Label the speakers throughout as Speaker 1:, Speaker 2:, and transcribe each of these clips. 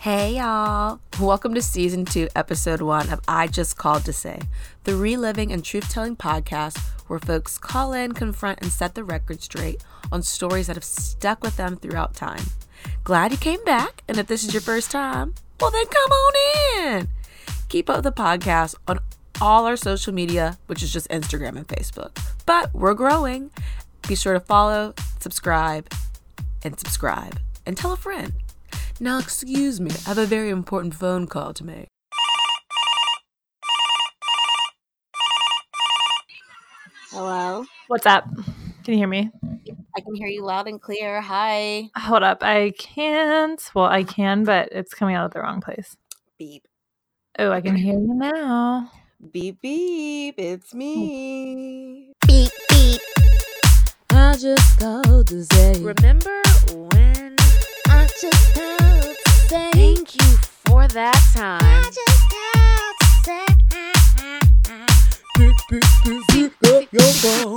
Speaker 1: Hey y'all! Welcome to season two, episode one of I Just Called to Say, the reliving and truth telling podcast where folks call in, confront, and set the record straight on stories that have stuck with them throughout time. Glad you came back, and if this is your first time, well then come on in! Keep up with the podcast on all our social media, which is just Instagram and Facebook. But we're growing. Be sure to follow, subscribe, and subscribe and tell a friend. Now, excuse me, I have a very important phone call to make.
Speaker 2: Hello.
Speaker 3: What's up? Can you hear me?
Speaker 2: I can hear you loud and clear. Hi.
Speaker 3: Hold up. I can't. Well, I can, but it's coming out of the wrong place.
Speaker 2: Beep.
Speaker 3: Oh, I can hear you now.
Speaker 1: Beep, beep, it's me.
Speaker 2: Beep beep.
Speaker 1: I just called to say.
Speaker 2: Remember when
Speaker 4: I just called to say.
Speaker 2: thank you for that
Speaker 4: I
Speaker 2: time.
Speaker 4: just called to say.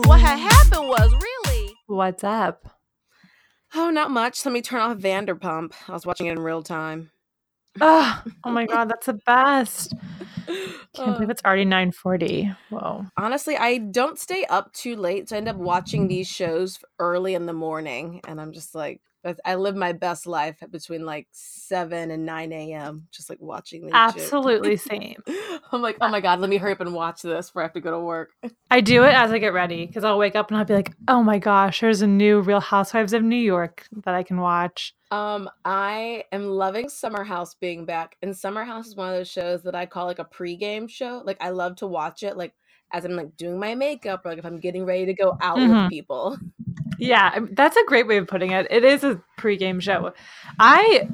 Speaker 2: What had happened was really
Speaker 3: What's up?
Speaker 1: Oh, not much. Let me turn off Vanderpump. I was watching it in real time.
Speaker 3: Oh, oh my god, that's the best. Can't
Speaker 1: Uh,
Speaker 3: believe it's already 940. Whoa.
Speaker 1: honestly, I don't stay up too late, so I end up watching these shows early in the morning, and I'm just like, that's- I live my best life between like seven and nine a.m. Just like watching these. shows.
Speaker 3: Absolutely same.
Speaker 1: I'm like, oh my god, let me hurry up and watch this before I have to go to work.
Speaker 3: I do it as I get ready because I'll wake up and I'll be like, oh my gosh, there's a new Real Housewives of New York that I can watch.
Speaker 1: Um, I am loving Summer House being back, and Summer House is one of those shows that I call like a pregame show. Like I love to watch it, like as I'm like doing my makeup, or like if I'm getting ready to go out with
Speaker 3: Mhm.
Speaker 1: people.
Speaker 3: Yeah, I- that's a great way of putting it. It is a pregame show. I,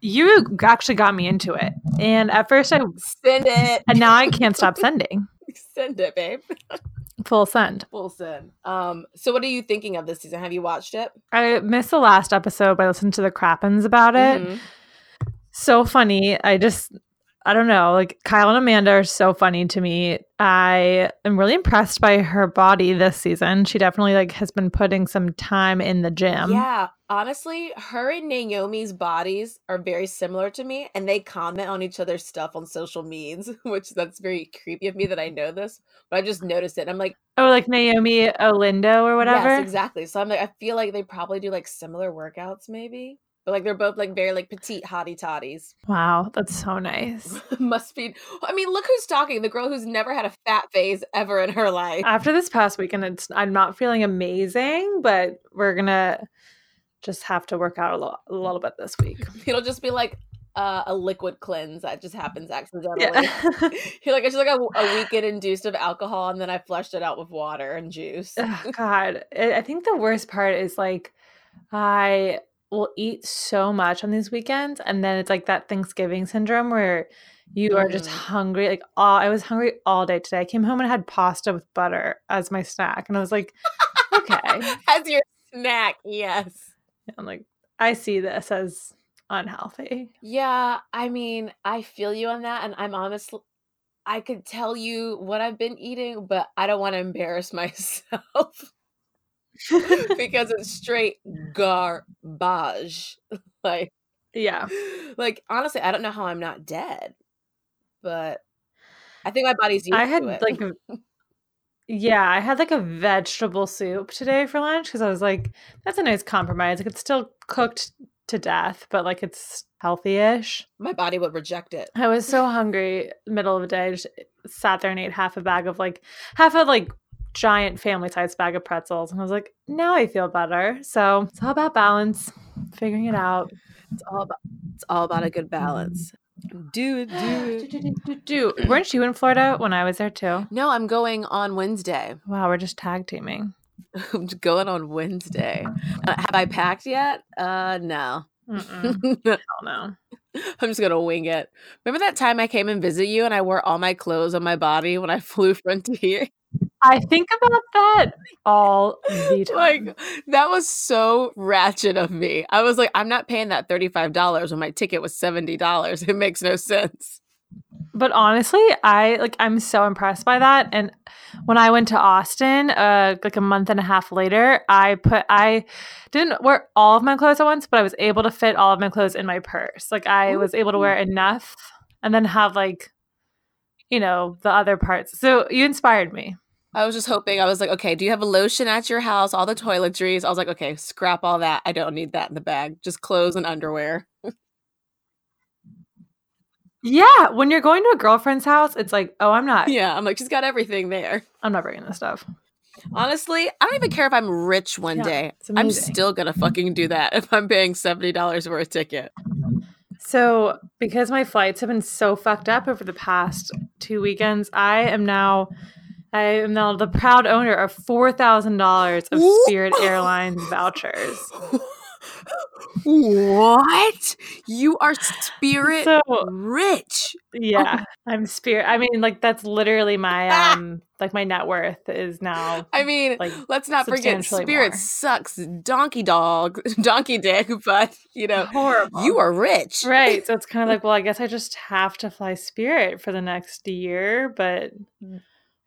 Speaker 3: you actually got me into it. And at first I
Speaker 1: Send it,
Speaker 3: and now I can't stop sending.
Speaker 1: send it, babe.
Speaker 3: Full send.
Speaker 1: Full send. Um, so what are you thinking of this season? Have you watched it?
Speaker 3: I missed the last episode, but I listened to the crappins about it.
Speaker 1: Mhm.
Speaker 3: So funny. I just, I don't know. Like Kyle and Amanda are so funny to me. I am really impressed by her body this season. She definitely like has been putting some time in the gym.
Speaker 1: yeah, honestly, her and Naomi's bodies are very similar to me, and they comment on each other's stuff on social means, which that's very creepy of me that I know this, but I just noticed it. And I'm like,
Speaker 3: Oh, like Naomi Olindo or whatever.
Speaker 1: Yes, exactly. So I'm like, I feel like they probably do like similar workouts, maybe. But like they're both like very like petite hottie toddies.
Speaker 3: Wow, that's so nice.
Speaker 1: Must be. I mean, look who's talking. The girl who's never had a fat phase ever in her life.
Speaker 3: After this past weekend, it's I'm not feeling amazing, but we're gonna just have to work out a, lo- a little bit this week.
Speaker 1: It'll just be like uh, a liquid cleanse that just happens accidentally.
Speaker 3: Yeah.
Speaker 1: You're like, it's just like a, a weekend induced of alcohol, and then I flushed it out with water and juice.
Speaker 3: Ugh, God, I I think the worst part is like I will eat so much on these weekends, and then it's like that Thanksgiving syndrome where you are just
Speaker 1: Mhm.
Speaker 3: hungry. Like all, I was hungry all day today. I came home and had pasta with butter as my snack, and I was like, okay,
Speaker 1: As your snack, yes.
Speaker 3: I'm like, I see this as unhealthy.
Speaker 1: Yeah, I mean, I feel you on that, and I'm honestly, I could tell you what I've been eating, but I don't want to embarrass myself because it's straight garbage. Like,
Speaker 3: yeah,
Speaker 1: like honestly, I don't know how I'm not dead, but I think my body's used
Speaker 3: I had
Speaker 1: to it.
Speaker 3: like. a- Yeah, I had like a vegetable soup today for lunch because I was like, that's a nice compromise. Like it's still cooked to death, but like it's healthy-ish.
Speaker 1: my body would reject it.
Speaker 3: I was so hungry, middle of the day, I just sat there and ate half a bag of like half a like giant family-sized bag of pretzels. And I was like, now I feel better. So it's all about balance, figuring it out.
Speaker 1: It's all about it's all about a good balance. Do it,
Speaker 3: Do, do, do, do, do. Weren't you in Florida when I was there too?
Speaker 1: No, I'm going on Wednesday.
Speaker 3: Wow, we're just tag teaming.
Speaker 1: I'm going on Wednesday. Uh, have I packed yet? Uh, no.
Speaker 3: Mm-mm,
Speaker 1: I'm
Speaker 3: hell no.
Speaker 1: just gonna wing it. Remember that time I came and visit you and I wore all my clothes on my body when I flew Frontier?
Speaker 3: I think about that all the time.
Speaker 1: like that was so ratchet of me. I was like, I'm not paying that thirty five dollars when my ticket was seventy dollars. It makes no sense.
Speaker 3: But honestly, I like I'm so impressed by that. And when I went to Austin, uh, like a month and a half later, I put I didn't wear all of my clothes at once, but I was able to fit all of my clothes in my purse. Like I was able to wear enough, and then have like, you know, the other parts. So you inspired me.
Speaker 1: I was just hoping. I was like, okay, do you have a lotion at your house? All the toiletries. I was like, okay, scrap all that. I don't need that in the bag. Just clothes and underwear.
Speaker 3: Yeah, when you're going to a girlfriend's house, it's like, oh, I'm not,
Speaker 1: Yeah, I'm like, she's got everything there.
Speaker 3: I'm not bringing this stuff.
Speaker 1: Honestly, I don't even care if I'm rich one
Speaker 3: Yeah,
Speaker 1: day.
Speaker 3: it's
Speaker 1: I'm
Speaker 3: amazing.
Speaker 1: still gonna fucking do that if I'm paying seventy dollars for a ticket.
Speaker 3: So, because my flights have been so fucked up over the past two weekends, I am now I am now the proud owner of four thousand dollars of Spirit Airlines vouchers.
Speaker 1: what? You are spirit Oh
Speaker 3: So
Speaker 1: rich.
Speaker 3: yeah, I'm Spirit. I mean, like that's literally my um like my net worth is now
Speaker 1: I mean,
Speaker 3: like
Speaker 1: let's not forget
Speaker 3: substantially
Speaker 1: spirit
Speaker 3: more.
Speaker 1: sucks donkey dog, donkey dick, but you know,
Speaker 3: horrible.
Speaker 1: you are rich.
Speaker 3: right. So it's kind of like, well, I guess I just have to fly Spirit for the next year, but.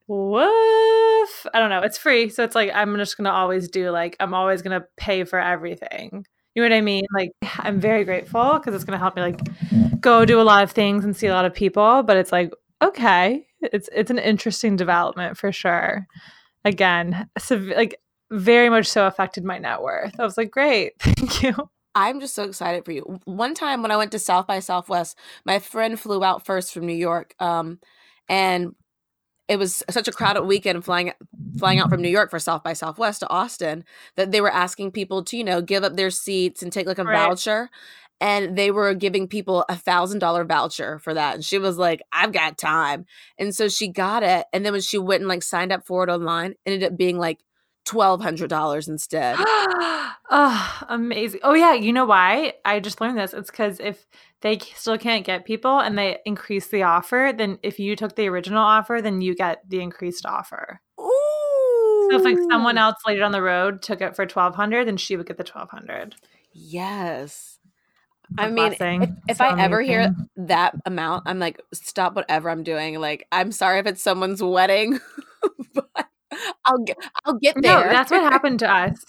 Speaker 3: Woof. I don't know. It's free. So it's like, I'm just going to always do, like, I'm always going to pay for everything. You know what I mean? Like, I'm very grateful because it's going to help me, like, go do a lot of things and see a lot of people. But it's like, okay. It's, it's an interesting development for sure. Again, sev- like, very much so affected my net worth. I was like, great. Thank you.
Speaker 1: I'm just so excited for you. W- One time when I went to South by Southwest, my friend flew out first from New York, um, and it was such a crowded weekend flying flying out from New York for South by Southwest to Austin that they were asking people to you know give up their seats and take like a
Speaker 3: Right.
Speaker 1: voucher, and they were giving people a thousand dollar voucher for that. And she was like, "I've got time," and so she got it. And then when she went and like signed up for it online, it ended up being like twelve hundred dollars instead.
Speaker 3: oh, amazing. Oh, yeah. You know why? I just learned this. It's because if they c- still can't get people and they increase the offer, then if you took the original offer, then you get the increased offer.
Speaker 1: Ooh.
Speaker 3: So if like someone else later on the road took it for 1200 then she would get the 1200
Speaker 1: Yes.
Speaker 3: A
Speaker 1: I mean,
Speaker 3: blessing.
Speaker 1: if, if
Speaker 3: So
Speaker 1: I ever hear
Speaker 3: amazing.
Speaker 1: that amount, I'm like, stop whatever I'm doing. Like, I'm sorry if it's someone's wedding, but I'll get, I'll get
Speaker 3: No,
Speaker 1: there.
Speaker 3: that's what happened to us.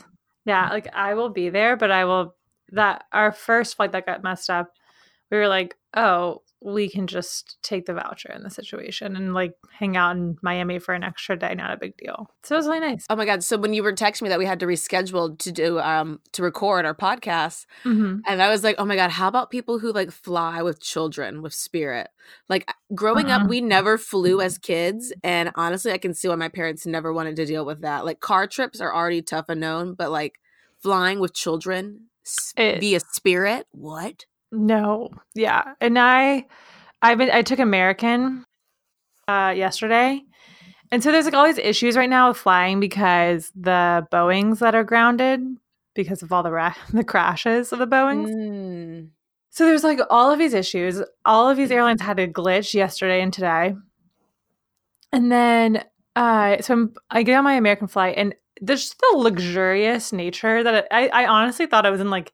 Speaker 3: Yeah, like I will be there, but I will that our first flight that got messed up, we were like, oh, we can just take the voucher in the situation and like hang out in Miami for an extra day, not a big deal. So it was really nice.
Speaker 1: Oh my god! So when you were texting me that we had to reschedule to do um to record our podcast,
Speaker 3: Mhm.
Speaker 1: and I was like, oh my god, how about people who like fly with children with Spirit? Like growing up,
Speaker 3: Uh-uh.
Speaker 1: we never flew as kids, and honestly, I can see why my parents never wanted to deal with that. Like car trips are already tough and known, but like flying with children s-
Speaker 3: It-
Speaker 1: via Spirit, what?
Speaker 3: No, yeah, and I, I've been I took American, uh, yesterday, and so there's like all these issues right now with flying because the Boeings that are grounded because of all the ra- the crashes of the Boeings.
Speaker 1: Mm.
Speaker 3: So there's like all of these issues. All of these airlines had a glitch yesterday and today. And then uh so I'm, I get on my American flight and there's just the luxurious nature that I, I honestly thought I was in like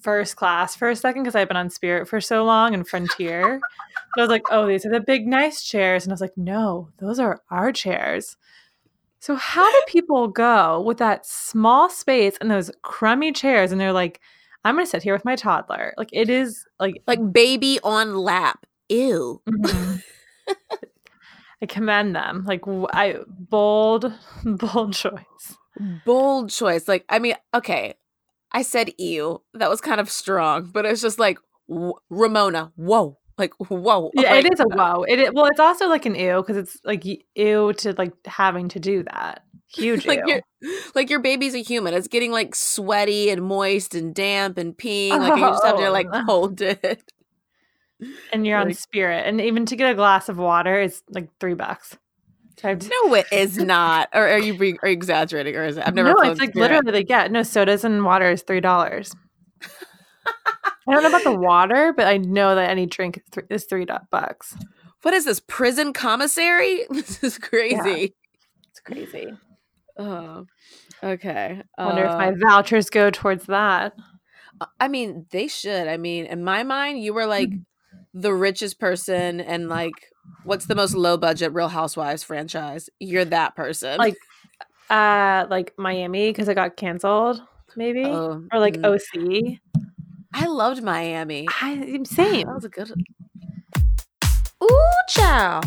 Speaker 3: first class for a second because I've been on Spirit for so long and Frontier. but I was like, oh, these are the big nice chairs. And I was like, no, those are our chairs. So how do people go with that small space and those crummy chairs and they're like, I'm gonna sit here with my toddler. Like it is like
Speaker 1: Like baby on lap. Ew.
Speaker 3: mhm. I commend them. Like w- I bold, bold choice.
Speaker 1: Bold choice. Like I mean, okay, I said ew. That was kind of strong, but it's just like w- Ramona. Whoa. Like whoa.
Speaker 3: Yeah,
Speaker 1: Like,
Speaker 3: it is a wow. It, i- well, it's also like an ew because it's like y- ew to like having to do that. Huge
Speaker 1: like
Speaker 3: ew.
Speaker 1: your like your baby's a human. It's getting like sweaty and moist and damp and peeing. Like and you just have to
Speaker 3: Oh,
Speaker 1: like
Speaker 3: no.
Speaker 1: hold it.
Speaker 3: and you're on
Speaker 1: like-
Speaker 3: Spirit, and even to get a glass of water is like three bucks. So I have to-
Speaker 1: No, it is not. Or are you being are you exaggerating? Or is it? I've never.
Speaker 3: no,
Speaker 1: flown
Speaker 3: it's like
Speaker 1: Spirit.
Speaker 3: literally they get no sodas and water is three dollars. I don't know about the water, but I know that any drink th- is three do- bucks.
Speaker 1: What is this prison commissary? This is crazy.
Speaker 3: It's crazy.
Speaker 1: Oh, okay.
Speaker 3: I wonder if
Speaker 1: Uh,
Speaker 3: my vouchers go towards that.
Speaker 1: I mean, they should. I mean, in my mind, you were like
Speaker 3: Mm-hmm.
Speaker 1: the richest person and like what's the most low budget Real Housewives franchise? You're that person.
Speaker 5: Like, Uh, like Miami because it got canceled, maybe,
Speaker 1: Oh,
Speaker 5: or like
Speaker 1: mm.
Speaker 5: OC.
Speaker 1: I loved Miami.
Speaker 5: I
Speaker 1: That
Speaker 5: same.
Speaker 1: was a good. Ooh, child.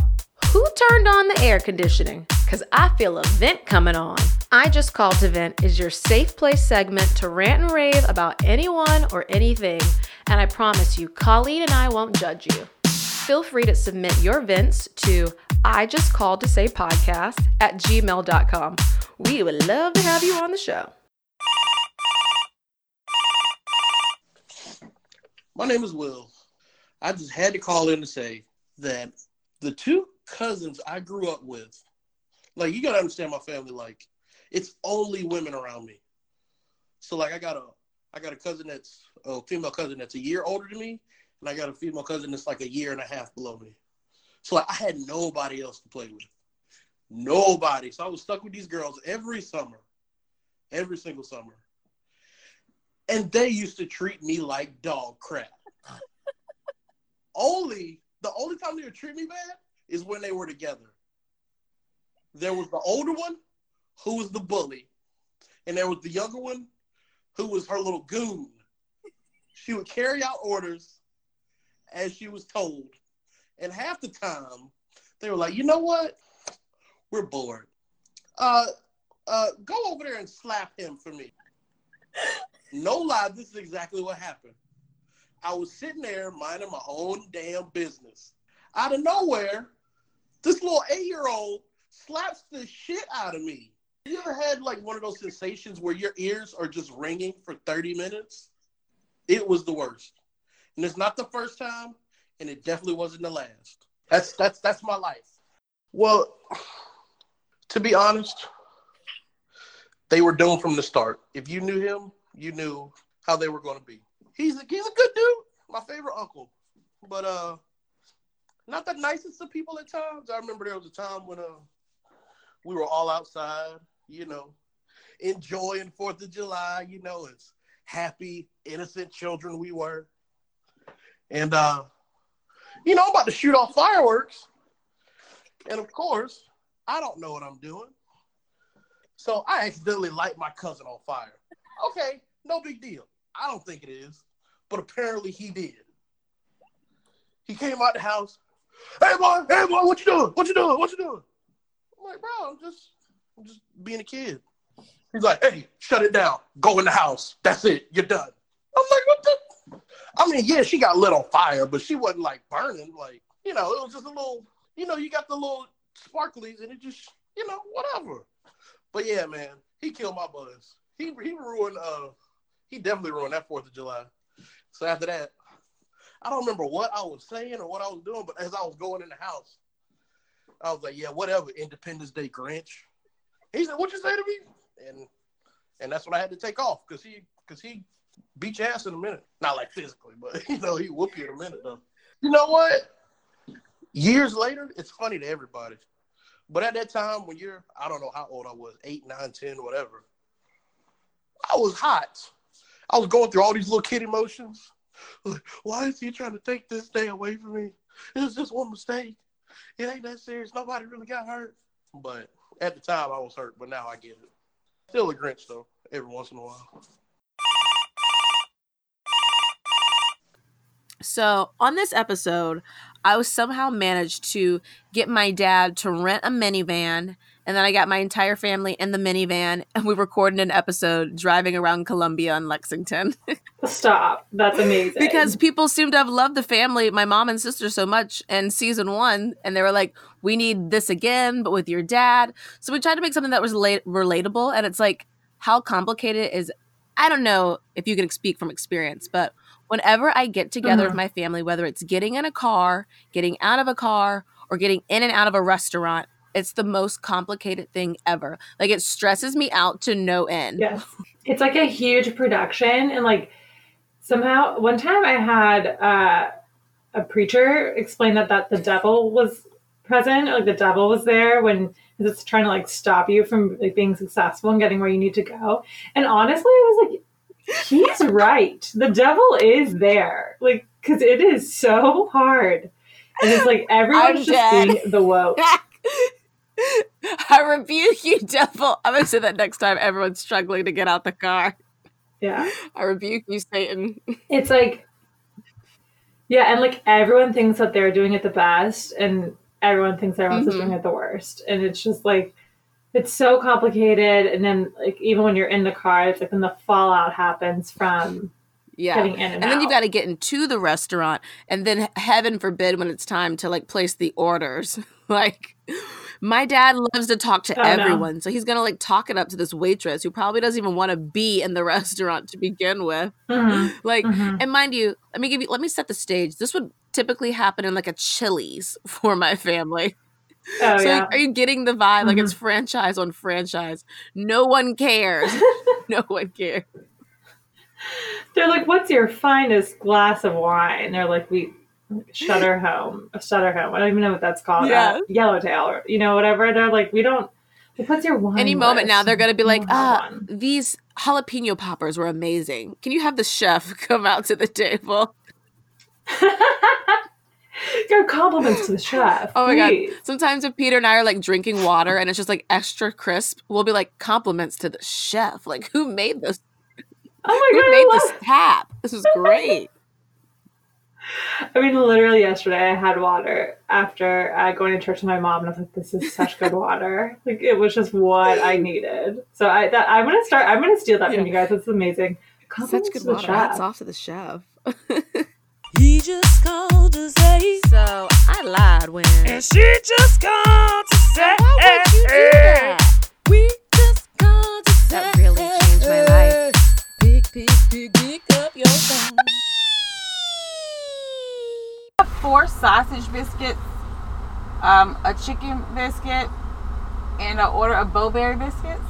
Speaker 1: Who turned on the air conditioning? Because I feel a vent coming on. I Just Called to Vent is your safe place segment to rant and rave about anyone or anything. And I promise you, Colleen and I won't judge you. Feel free to submit your vents to I Just Called to Say podcast at gmail.com. We would love to have you on the show.
Speaker 6: My name is Will. I just had to call in to say that the two cousins I grew up with, like you gotta understand my family, like it's only women around me. So like I got a I got a cousin that's a female cousin that's a year older than me, and I got a female cousin that's like a year and a half below me. So like, I had nobody else to play with. Nobody. So I was stuck with these girls every summer. Every single summer. And they used to treat me like dog crap. only the only time they would treat me bad is when they were together. There was the older one who was the bully. And there was the younger one who was her little goon. She would carry out orders as she was told. And half the time they were like, you know what? We're bored. Uh uh go over there and slap him for me. No lie, this is exactly what happened. I was sitting there minding my own damn business. Out of nowhere, this little eight year old slaps the shit out of me. You ever had like one of those sensations where your ears are just ringing for 30 minutes? It was the worst. And it's not the first time, and it definitely wasn't the last. That's that's that's my life. Well, to be honest, they were doomed from the start. If you knew him, you knew how they were going to be. He's a, he's a good dude, my favorite uncle, but uh, not the nicest of people at times. I remember there was a time when uh, we were all outside, you know, enjoying Fourth of July, you know, as happy, innocent children we were, and uh, you know, I'm about to shoot off fireworks, and of course, I don't know what I'm doing. So I accidentally light my cousin on fire. Okay, no big deal. I don't think it is, but apparently he did. He came out the house. Hey boy, hey boy, what you doing? What you doing? What you doing? I'm like, bro, I'm just, I'm just being a kid. He's like, hey, shut it down. Go in the house. That's it. You're done. I'm like, what the? I mean, yeah, she got lit on fire, but she wasn't like burning. Like, you know, it was just a little. You know, you got the little sparklies, and it just, you know, whatever. But yeah, man, he killed my buzz. He he ruined uh he definitely ruined that Fourth of July. So after that, I don't remember what I was saying or what I was doing, but as I was going in the house, I was like, "Yeah, whatever, Independence Day, Grinch." He said, "What you say to me?" And and that's when I had to take off because he because he beat your ass in a minute. Not like physically, but you know he whoop you in a minute though. You know what? Years later, it's funny to everybody. But at that time, when you're, I don't know how old I was, eight, nine, ten, whatever, I was hot. I was going through all these little kid emotions. Like, why is he trying to take this day away from me? It was just one mistake. It ain't that serious. Nobody really got hurt. But at the time, I was hurt, but now I get it. Still a Grinch, though, every once in a while.
Speaker 1: So, on this episode, I was somehow managed to get my dad to rent a minivan, and then I got my entire family in the minivan, and we recorded an episode driving around Columbia and Lexington
Speaker 5: Stop. That's amazing.
Speaker 1: because people seemed to have loved the family, my mom and sister, so much in season one, and they were like, "We need this again, but with your dad." So we tried to make something that was rela- relatable, and it's like how complicated it is. I don't know if you can speak from experience, but whenever I get together with my family, whether it's getting in a car, getting out of a car, or getting in and out of a restaurant, it's the most complicated thing ever. Like it stresses me out to no end.
Speaker 5: Yes. It's like a huge production and like somehow one time I had uh, a preacher explain that that the devil was present, like the devil was there when it's trying to like stop you from like being successful and getting where you need to go. And honestly, I was like he's right. The devil is there. Like
Speaker 3: because it is so hard. And it's like
Speaker 1: I'm
Speaker 3: everyone's just
Speaker 1: dead.
Speaker 3: being the woke.
Speaker 1: I rebuke you, devil. I'm gonna say that next time everyone's struggling to get out the car.
Speaker 3: Yeah.
Speaker 1: I rebuke you, Satan.
Speaker 3: It's like, yeah, and like everyone thinks that they're doing it the best, and everyone thinks everyone's
Speaker 1: Mhm.
Speaker 3: doing it the worst. And it's just like, it's so complicated. And then, like, even when you're in the car, it's like when the fallout happens from
Speaker 1: Yeah.
Speaker 3: getting in and,
Speaker 1: and then
Speaker 3: out.
Speaker 1: you've got to get into the restaurant and then heaven forbid when it's time to like place the orders like my dad loves to talk to
Speaker 3: Oh, no.
Speaker 1: everyone so he's gonna like talk it up to this waitress who probably doesn't even want to be in the restaurant to begin with
Speaker 3: Mhm,
Speaker 1: like
Speaker 3: mhm.
Speaker 1: and mind you let me give you let me set the stage this would typically happen in like a chili's for my family
Speaker 3: Oh,
Speaker 1: so
Speaker 3: yeah. Mm-hmm.
Speaker 1: like, are you getting the vibe like it's franchise on franchise no one cares no one cares
Speaker 3: They're like, "What's your finest glass of wine?" They're like, "We shutter home, shutter home." I don't even know what that's called.
Speaker 1: Yeah.
Speaker 3: Uh, yellowtail, or you know, whatever. They're like, "We don't." Like, what's your wine?
Speaker 1: any moment now
Speaker 3: list?"
Speaker 1: they're gonna be
Speaker 3: We
Speaker 1: like,
Speaker 3: don't have
Speaker 1: ah,
Speaker 3: one.
Speaker 1: these jalapeno poppers were amazing. Can you have the chef come out to the table?
Speaker 3: Your compliments to the chef.
Speaker 1: Oh my
Speaker 3: please."
Speaker 1: god. Sometimes if Peter and I are like drinking water and it's just like extra crisp, we'll be like compliments to the chef. Like who made this
Speaker 3: Oh my
Speaker 1: who
Speaker 3: god! I
Speaker 1: made
Speaker 3: love
Speaker 1: this tap? This is great.
Speaker 3: I mean, literally yesterday, I had water after uh, going to church with my mom, and I was like, "This is such good water. Like, it was just what I needed." So I, that, I'm gonna start. I'm gonna steal that from you guys. That's amazing.
Speaker 1: Such
Speaker 3: Compliments
Speaker 1: good
Speaker 3: to the
Speaker 1: water.
Speaker 3: chef.
Speaker 1: Hats off to the chef.
Speaker 7: He just called to say,
Speaker 2: So I lied when.
Speaker 7: and she just called to say,
Speaker 2: Why would you do that?
Speaker 7: we just called to say.
Speaker 2: That really changed my life.
Speaker 7: Pick, pick, pick, pick up your phone.
Speaker 8: four sausage biscuits, um, a chicken biscuit, and I order of bowberry biscuits.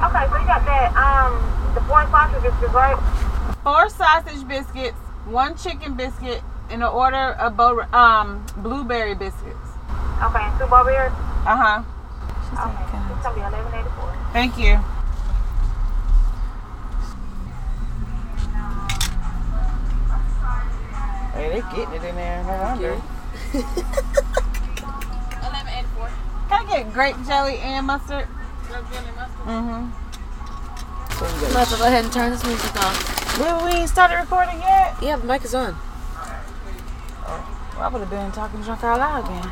Speaker 9: Okay, so you got that, um, the four sausage biscuits, right?
Speaker 8: Four sausage biscuits, one chicken biscuit, and an order of bow- um, blueberry biscuits.
Speaker 9: Okay, and two barbers.
Speaker 8: Uh huh.
Speaker 9: Okay, it's gonna be eleven eighty four.
Speaker 8: Thank you. Hey, they getting it in there. No wonder. Can I get grape jelly and mustard? Mm-hmm.
Speaker 1: I'm about to go ahead and turn this music off.
Speaker 8: Well, we ain't started recording yet. Oh,
Speaker 1: Yeah, the mic is on.
Speaker 8: I would have been talking drunk out loud again.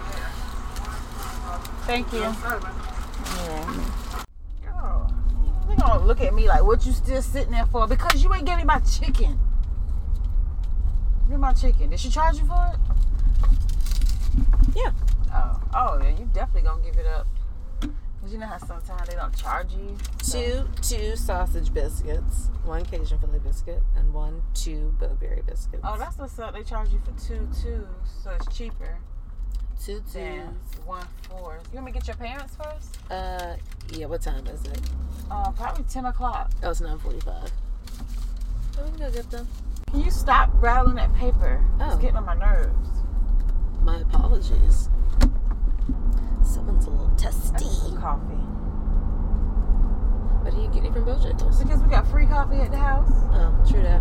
Speaker 8: Thank you. Girl, they gonna look at me like, what you still sitting there for? Because you ain't getting my chicken. You're my chicken. Did she charge you for it?
Speaker 1: Yeah.
Speaker 8: Oh, oh yeah, you definitely gonna give it up. Cause you know how sometimes they don't charge you.
Speaker 1: Two two sausage biscuits, one Cajun fillet biscuit, and one two blueberry biscuits.
Speaker 8: Oh, that's what's up. They charge you for two two, so it's cheaper
Speaker 1: two
Speaker 8: than one four. You want me to get your parents first?
Speaker 1: Uh, yeah. What time is it?
Speaker 8: Uh, probably ten o'clock.
Speaker 1: Oh, it's nine forty-five. Oh, we can go get them.
Speaker 8: Can you stop rattling that paper?
Speaker 1: Oh.
Speaker 8: It's getting on my nerves.
Speaker 1: My apologies. Someone's a little
Speaker 8: I need
Speaker 1: testy.
Speaker 8: some coffee.
Speaker 1: What are you getting from Bojangles?
Speaker 8: Because we got free coffee at the house.
Speaker 1: Oh, true that.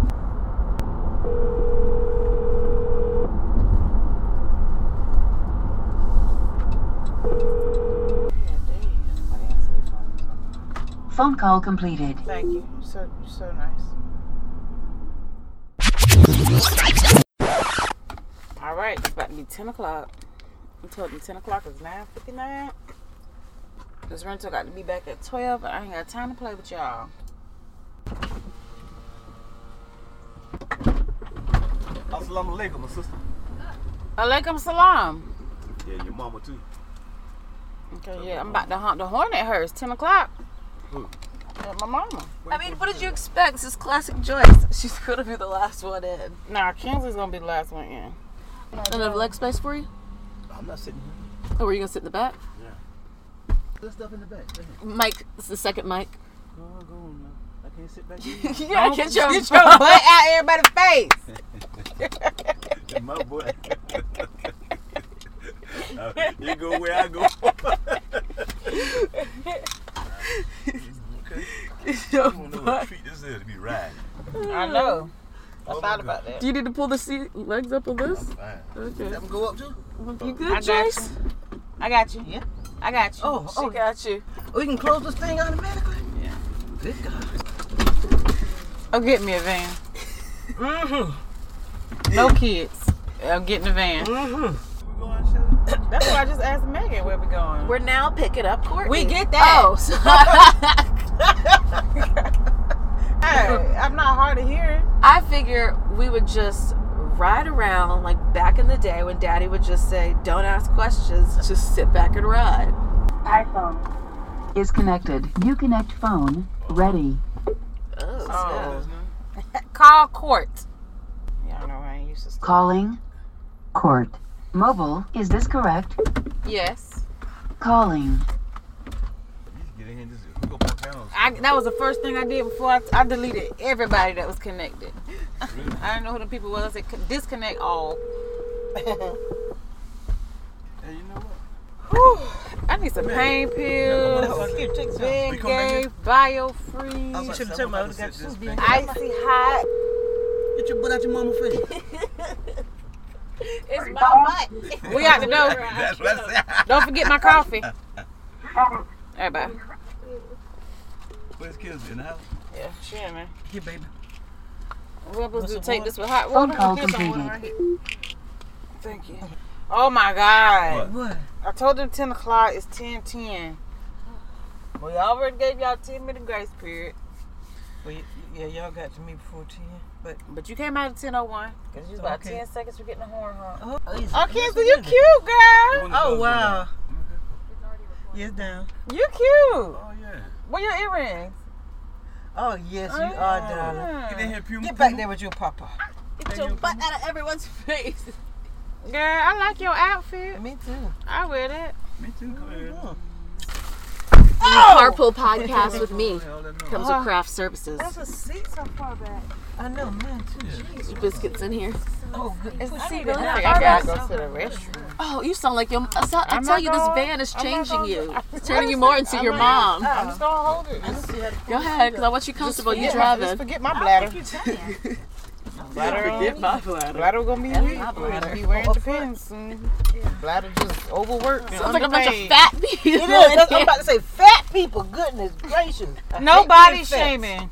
Speaker 8: Yeah, damn. Somebody asked me for
Speaker 10: Phone call completed.
Speaker 8: it. Thank you. So so nice. All right, it's about to be ten o'clock. I told them ten o'clock is nine fifty nine. This rental got to be back at twelve. I ain't got time to play with y'all.
Speaker 11: Assalamu alaikum, my sister.
Speaker 8: Alaikum salam.
Speaker 11: Yeah, your mama too.
Speaker 8: Okay, yeah, I'm about to honk the horn at her. It's ten o'clock.
Speaker 11: Who?
Speaker 8: At my mama.
Speaker 1: I mean, what did you expect? This is classic Joyce. She's gonna be the last one in.
Speaker 8: Nah, Kinsley's gonna be the last one in.
Speaker 1: Another leg space for you?
Speaker 11: I'm not sitting here.
Speaker 1: Oh, were you gonna sit in the back?
Speaker 11: There's stuff in the back. Right here.
Speaker 1: Mike, it's the second mic.
Speaker 11: No, I'm going now. I can't sit back here.
Speaker 1: You gotta get your,
Speaker 8: Get your butt out everybody's face.
Speaker 11: my boy. Uh, you go where I go. okay. I don't know what treat this is to be riding.
Speaker 8: I know. That's why I forgot about that.
Speaker 1: Do you need to pull the seat legs up on this?
Speaker 8: Okay.
Speaker 1: Let
Speaker 8: 'em go up too.
Speaker 1: You good,
Speaker 8: I got
Speaker 1: Jace?
Speaker 8: you. I got you. Yeah. I got you.
Speaker 1: Oh,
Speaker 8: she
Speaker 1: oh.
Speaker 8: got you.
Speaker 1: We can close this thing automatically.
Speaker 8: Good God. Oh, get me a van. mm-hmm. No kids. I'm getting a van. Mm-hmm. That's why I just asked Megan where we going.
Speaker 1: We're now picking up Courtney.
Speaker 8: We get that.
Speaker 1: Oh, so-
Speaker 8: hey, I'm not hard of hearing.
Speaker 1: I figure we would just ride around like back in the day when Daddy would just say, "Don't ask questions, just sit back and ride." iPhone.
Speaker 10: Is connected. New connect phone. Ready.
Speaker 1: Oh.
Speaker 8: Call court. Yeah, I know I ain't used to.
Speaker 10: Calling. Court. Mobile. Is this correct?
Speaker 8: Yes.
Speaker 10: Calling.
Speaker 8: I, that was the first thing I did before I, I deleted everybody that was connected. I didn't know who the people was. I said "Con- disconnect all.
Speaker 11: you know
Speaker 8: Whew, I need some pain pills.
Speaker 11: Here, take some. We
Speaker 8: Big
Speaker 11: come back
Speaker 8: gay,
Speaker 11: here?
Speaker 8: bio
Speaker 11: I was
Speaker 8: free.
Speaker 11: like, Tim, Tim, I would've got you.
Speaker 8: Icy hot.
Speaker 11: Get your butt out your mama face.
Speaker 8: It's my butt. We out the
Speaker 11: That's
Speaker 8: door.
Speaker 11: what I said.
Speaker 8: Don't forget my coffee. All right, bye.
Speaker 11: Where's Kizzy in the house?
Speaker 8: Yeah, she in there.
Speaker 11: Here, baby.
Speaker 8: We're supposed to
Speaker 11: some
Speaker 8: take
Speaker 11: water?
Speaker 8: this with hot
Speaker 11: Phone
Speaker 8: water.
Speaker 11: call
Speaker 8: Here's some water right
Speaker 11: completed.
Speaker 8: here. Thank you. Oh my God.
Speaker 11: What?
Speaker 8: I told them 10 o'clock is 10 10. We already gave y'all 10 minute grace period.
Speaker 12: Well, y- yeah, y'all got to me before 10, but
Speaker 8: But you came out at 10.01. Because you was about
Speaker 12: Okay.
Speaker 8: 10 seconds from getting the horn hung.
Speaker 12: Oh,
Speaker 8: Oh,
Speaker 12: it's-
Speaker 8: Kenzie, you cute, girl.
Speaker 12: Oh, wow. Yes, down.
Speaker 8: You cute. Oh,
Speaker 11: yeah.
Speaker 8: Where your earrings? hmm.
Speaker 12: Oh, yes, you are, darling.
Speaker 8: Get in here,
Speaker 12: Get back there with your papa.
Speaker 8: Get your butt out of everyone's face. Girl, I like your outfit. Me too. I wear that.
Speaker 11: Me too, Claire.
Speaker 1: Carpool podcast with me comes with craft services.
Speaker 12: That's a seat so far back. I know, mine too. Jeez.
Speaker 1: Biscuits in here.
Speaker 12: Oh, good.
Speaker 1: Is
Speaker 12: I
Speaker 1: she
Speaker 12: need
Speaker 1: really
Speaker 12: that.
Speaker 1: not-
Speaker 8: I gotta go
Speaker 1: Alright.
Speaker 8: to the restroom.
Speaker 1: Oh, you sound like your. I, saw, I
Speaker 8: I'm
Speaker 1: tell
Speaker 8: not
Speaker 1: you, this
Speaker 8: gonna-
Speaker 1: van is
Speaker 8: I'm not
Speaker 1: changing
Speaker 8: gonna-
Speaker 1: you. It's
Speaker 8: I'm
Speaker 1: turning you more
Speaker 8: just-
Speaker 1: into
Speaker 8: I'm
Speaker 1: your
Speaker 8: not-
Speaker 1: mom.
Speaker 12: Oh.
Speaker 8: I'm just gonna hold it.
Speaker 1: Go ahead, because I want you comfortable. You
Speaker 8: forget my-
Speaker 1: driving.
Speaker 8: just forget my bladder.
Speaker 1: Forget my bladder.
Speaker 8: Bladder gonna be weak. Bladder be wearing the pins. and Bladder just overworked. and
Speaker 1: Sounds like a bunch of
Speaker 8: underpaid.
Speaker 1: fat
Speaker 12: It
Speaker 1: people.
Speaker 12: is. That's- I'm about to say fat people. Goodness gracious. I hate
Speaker 8: Nobody
Speaker 12: being fat.
Speaker 8: shaming.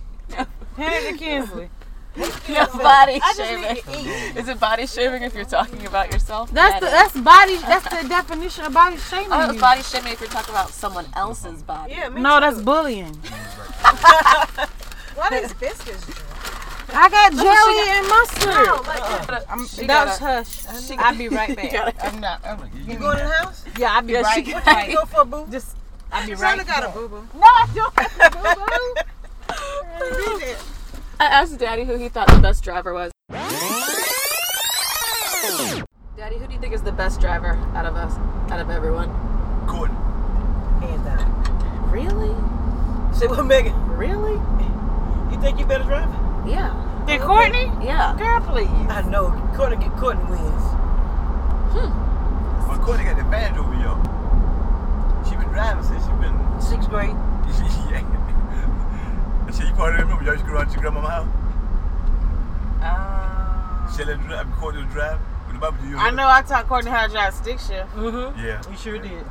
Speaker 8: Henry Kinsley.
Speaker 1: No body
Speaker 8: I just need to
Speaker 1: shaming. e- Is it body shaming if you're talking about yourself?
Speaker 8: That's the
Speaker 1: That
Speaker 8: that's body that's the definition of body shaming.
Speaker 1: Oh, it's
Speaker 8: you.
Speaker 1: body shaming if you're talking about someone else's body.
Speaker 8: Yeah, no, that's bullying.
Speaker 12: What is biscuits?
Speaker 8: I got
Speaker 1: Look what she
Speaker 8: jelly
Speaker 1: got.
Speaker 8: and mustard.
Speaker 12: Oh,
Speaker 1: No, like that.
Speaker 8: I'm,
Speaker 1: She
Speaker 8: that
Speaker 1: got
Speaker 8: was
Speaker 1: a-
Speaker 8: hush.
Speaker 1: she
Speaker 8: I'll
Speaker 1: got-
Speaker 8: be right back.
Speaker 1: You got a-
Speaker 8: I'm not. I'm,
Speaker 12: You going to the house?
Speaker 8: Yeah, I'll be
Speaker 12: Yeah,
Speaker 8: right.
Speaker 12: she got-
Speaker 8: right.
Speaker 12: You go
Speaker 8: for a boo? Just I'll be right.
Speaker 12: Shayla got a
Speaker 8: back.
Speaker 12: boo-boo.
Speaker 8: No, I don't. have a boo-boo.
Speaker 1: I asked Daddy who he thought the best driver was. Daddy, who do you think is the best driver out of us, out of everyone?
Speaker 11: Courtney.
Speaker 12: Hands down.
Speaker 1: Really?
Speaker 12: Say what, Megan?
Speaker 1: Really?
Speaker 12: You think you better drive?
Speaker 1: Yeah.
Speaker 8: Did Courtney?
Speaker 1: Yeah.
Speaker 8: Girl, please.
Speaker 12: I know. Courtney get Courtney wins.
Speaker 11: But Courtney got the badge over y'all. She been driving since she been
Speaker 12: Sixth grade.
Speaker 11: yeah. She you probably remember y'all used to go around to your grandma's house.
Speaker 12: Uh,
Speaker 11: She let drive, Courtney drive. With the Bible, do you
Speaker 8: I know I taught Courtney how to drive stick shift,
Speaker 12: Mm-hmm.
Speaker 11: Yeah.
Speaker 12: You sure did.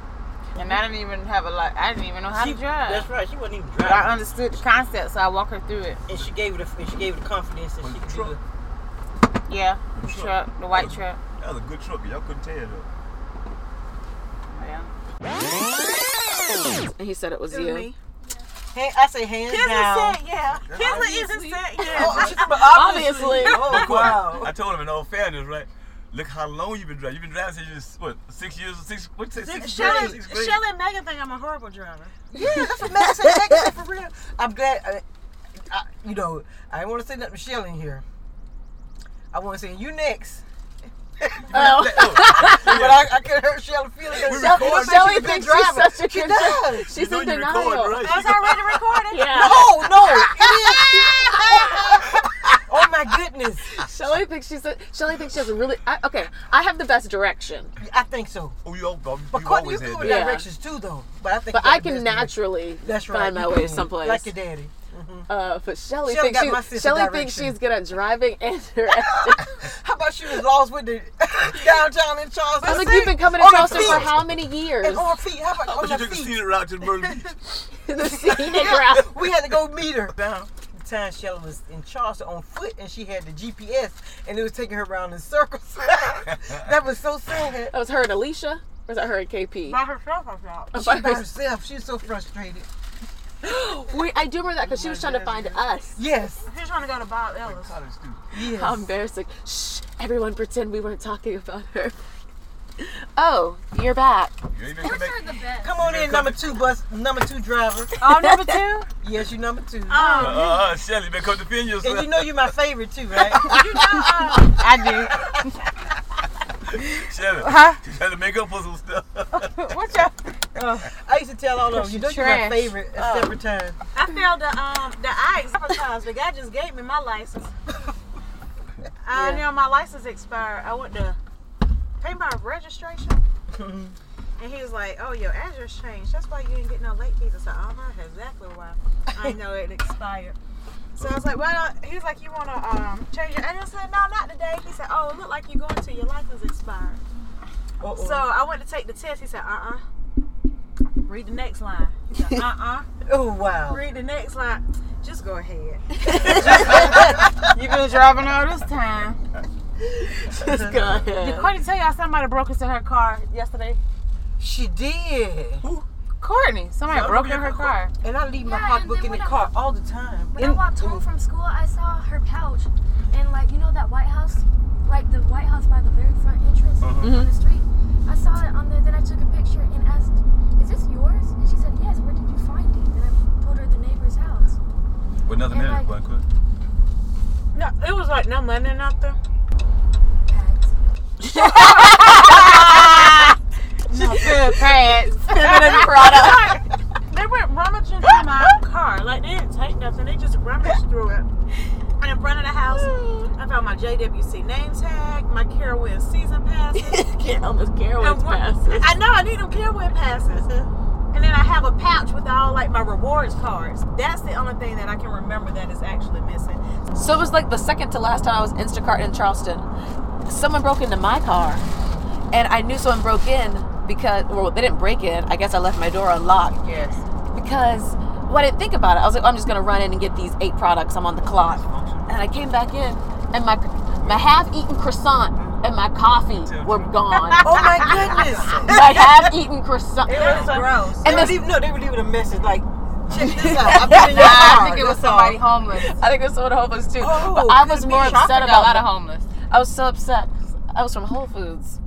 Speaker 8: and I didn't even have a lot. I didn't even know how
Speaker 12: She-
Speaker 8: to drive.
Speaker 12: That's right. She wasn't even
Speaker 8: But I
Speaker 12: driving.
Speaker 8: understood the concept, so I walked her through it.
Speaker 12: And she gave it. A, and she gave it the confidence that she could do it.
Speaker 8: Yeah, the truck, the white truck.
Speaker 11: That was a good truck. Y'all couldn't tell though.
Speaker 8: Yeah.
Speaker 1: And he said it was
Speaker 12: It was
Speaker 1: you.
Speaker 12: me. Hey, I say hands
Speaker 8: Kizzy
Speaker 12: down.
Speaker 8: said yeah. Kizzy even said yeah.
Speaker 12: Oh, she's talking about
Speaker 1: Obviously.
Speaker 12: Oh, wow.
Speaker 11: I told him in all fairness, right? Look how long you've been driving. You've been driving since you was, what six years? Six? What? Six, six, grade,
Speaker 8: Shelly,
Speaker 11: six grade.
Speaker 8: Shelly and Megan think I'm a horrible driver.
Speaker 12: Yeah, that's what Matt said. Matt said for real. I'm glad. I, I, you know, I didn't want to say nothing to Shelly in here. I want to say you next.
Speaker 1: Oh.
Speaker 12: but I, I could hurt Shelly's feelings.
Speaker 11: We
Speaker 12: Shell-
Speaker 11: recording.
Speaker 1: Shelly
Speaker 12: Shelley been
Speaker 1: thinks she's
Speaker 12: driving.
Speaker 1: such a
Speaker 12: She
Speaker 1: good
Speaker 12: does.
Speaker 1: driver. She's
Speaker 11: know
Speaker 1: in
Speaker 11: you
Speaker 1: denial.
Speaker 11: recording, right?
Speaker 8: I was already recorded.
Speaker 1: Yeah.
Speaker 12: No, no. it is. oh my goodness.
Speaker 1: Shelly thinks she's a, Shelly thinks she has a really I, okay. I have the best direction,
Speaker 12: I think so.
Speaker 11: Oh, you, all- you,
Speaker 12: But
Speaker 11: you
Speaker 12: Courtney, you
Speaker 11: always
Speaker 12: good
Speaker 11: had
Speaker 12: with
Speaker 11: that.
Speaker 1: Yeah.
Speaker 12: directions too, though. But I think.
Speaker 1: but
Speaker 12: you got
Speaker 1: I
Speaker 12: the
Speaker 1: can
Speaker 12: best direction.
Speaker 1: naturally
Speaker 12: That's right.
Speaker 1: find my
Speaker 12: you
Speaker 1: way
Speaker 12: can.
Speaker 1: someplace.
Speaker 12: Like your daddy.
Speaker 1: Uh, but Shelly
Speaker 12: Shelly
Speaker 1: thinks,
Speaker 12: got my
Speaker 1: she,
Speaker 12: sense of
Speaker 1: Shelly thinks
Speaker 12: direction.
Speaker 1: she's good at driving and her.
Speaker 12: How about she was lost with the downtown in Charleston? Oh,
Speaker 1: I'm like, you've been coming to
Speaker 12: On her
Speaker 1: Charleston for
Speaker 12: feet.
Speaker 1: how many years?
Speaker 12: And on her feet. How about on
Speaker 11: But
Speaker 12: her
Speaker 11: you took the
Speaker 12: feet?
Speaker 11: scenic route to Myrtle Beach.
Speaker 1: the scenic
Speaker 12: route. We had to go meet her. Down. The time Shelly was in Charleston on foot and she had the GPS and it was taking her around in circles. that was so sad.
Speaker 1: That was her and Alicia? Or was that her and KP?
Speaker 12: By herself, I thought.
Speaker 1: Oh,
Speaker 12: She
Speaker 1: by
Speaker 12: by
Speaker 1: hers-
Speaker 12: herself. She was so frustrated.
Speaker 1: Wait, I do remember that because she was trying to find us.
Speaker 12: Yes.
Speaker 8: She's trying to go to Bob Ellis.
Speaker 11: Oh,
Speaker 1: How embarrassing. Shh, everyone pretend we weren't talking about her. Oh, you're back.
Speaker 12: Come on in, number two bus, number two driver.
Speaker 1: Oh, number two?
Speaker 12: yes, you number
Speaker 11: Uh,
Speaker 12: two.
Speaker 11: uh, Shelly, better come defend yourself.
Speaker 12: and you know you're my favorite too, right?
Speaker 8: I
Speaker 11: Shelly,
Speaker 12: Huh?
Speaker 11: you had to make up for some stuff.
Speaker 12: do. What's up? I used to tell all of them, you know you're my
Speaker 8: Trash.
Speaker 12: favorite
Speaker 8: Oh.
Speaker 12: except for time.
Speaker 8: I failed the um the ICE sometimes. The guy just gave me my license. I
Speaker 12: Yeah.
Speaker 8: know my license expired. I went to pay my registration,
Speaker 12: Mm-hmm.
Speaker 8: and he was like, "Oh, your address changed. That's why you didn't get no late fees." I said, "Oh, that's exactly why. I know it expired." So I was like, "Well," he was like, "You want to um change your?" address?" I said, "No, not today." He said, "Oh, it looked like you're going to. Your license expired."
Speaker 12: Uh-oh.
Speaker 8: So I went to take the test. He said, "Uh uh." Read the next line. He said, "Uh uh."
Speaker 12: Oh wow.
Speaker 8: Read the next line. Just go ahead.
Speaker 12: You've
Speaker 8: been driving all this time.
Speaker 12: Just go
Speaker 8: Did Courtney tell y'all somebody broke into her car yesterday?
Speaker 12: She did.
Speaker 8: Courtney, somebody broke into her car.
Speaker 12: And I leave my
Speaker 13: Yeah,
Speaker 12: pocketbook
Speaker 13: and
Speaker 12: in
Speaker 13: then
Speaker 12: the
Speaker 13: when I
Speaker 12: car all the time.
Speaker 13: When I walked home from school, I saw her pouch, and like you know that White House, like the White House by the very front entrance
Speaker 12: Mhm.
Speaker 13: on the street. I saw it on there. Then I took a picture and asked, "Is this yours?" And she said, "Yes." Where did you find it? And I told her the neighbor's house.
Speaker 11: With nothing in
Speaker 13: And
Speaker 11: it,
Speaker 13: like-
Speaker 11: but quick.
Speaker 8: No, it was like no money or nothing. no good pads. they went rummaging through my car. Like they didn't take nothing. They just rummaged through it. And in front of the house, I found my JWC name tag, my Carowin season passes.
Speaker 1: Almost Carowinds
Speaker 8: And one-
Speaker 1: passes.
Speaker 8: I know I need them Carowin passes. And then I have a pouch with all like my rewards cards. That's the only thing that I can remember that is actually missing.
Speaker 1: So it was like the second to last time I was Instacart in Charleston. Someone broke into my car, and I knew someone broke in because, well, they didn't break in. I guess I left my door unlocked.
Speaker 8: Yes.
Speaker 1: Because, well, I didn't think about it. I was like, "Oh, I'm just gonna run in and get these eight products. I'm on the clock. And I came back in, and my my half-eaten croissant and my coffee were gone.
Speaker 12: Oh my goodness.
Speaker 1: my half-eaten croissant.
Speaker 12: It was gross.
Speaker 1: And
Speaker 12: And
Speaker 1: this-
Speaker 12: they would even, no, they were leaving a message like, check this out. I've been in your car.
Speaker 1: I think it was
Speaker 12: That's all.
Speaker 1: somebody homeless. I think it was someone homeless too.
Speaker 12: Oh,
Speaker 1: but I
Speaker 12: could
Speaker 1: was
Speaker 12: it be
Speaker 1: more upset
Speaker 12: traffic?
Speaker 1: about
Speaker 12: A lot of
Speaker 1: homeless. I was so upset. I was from Whole Foods.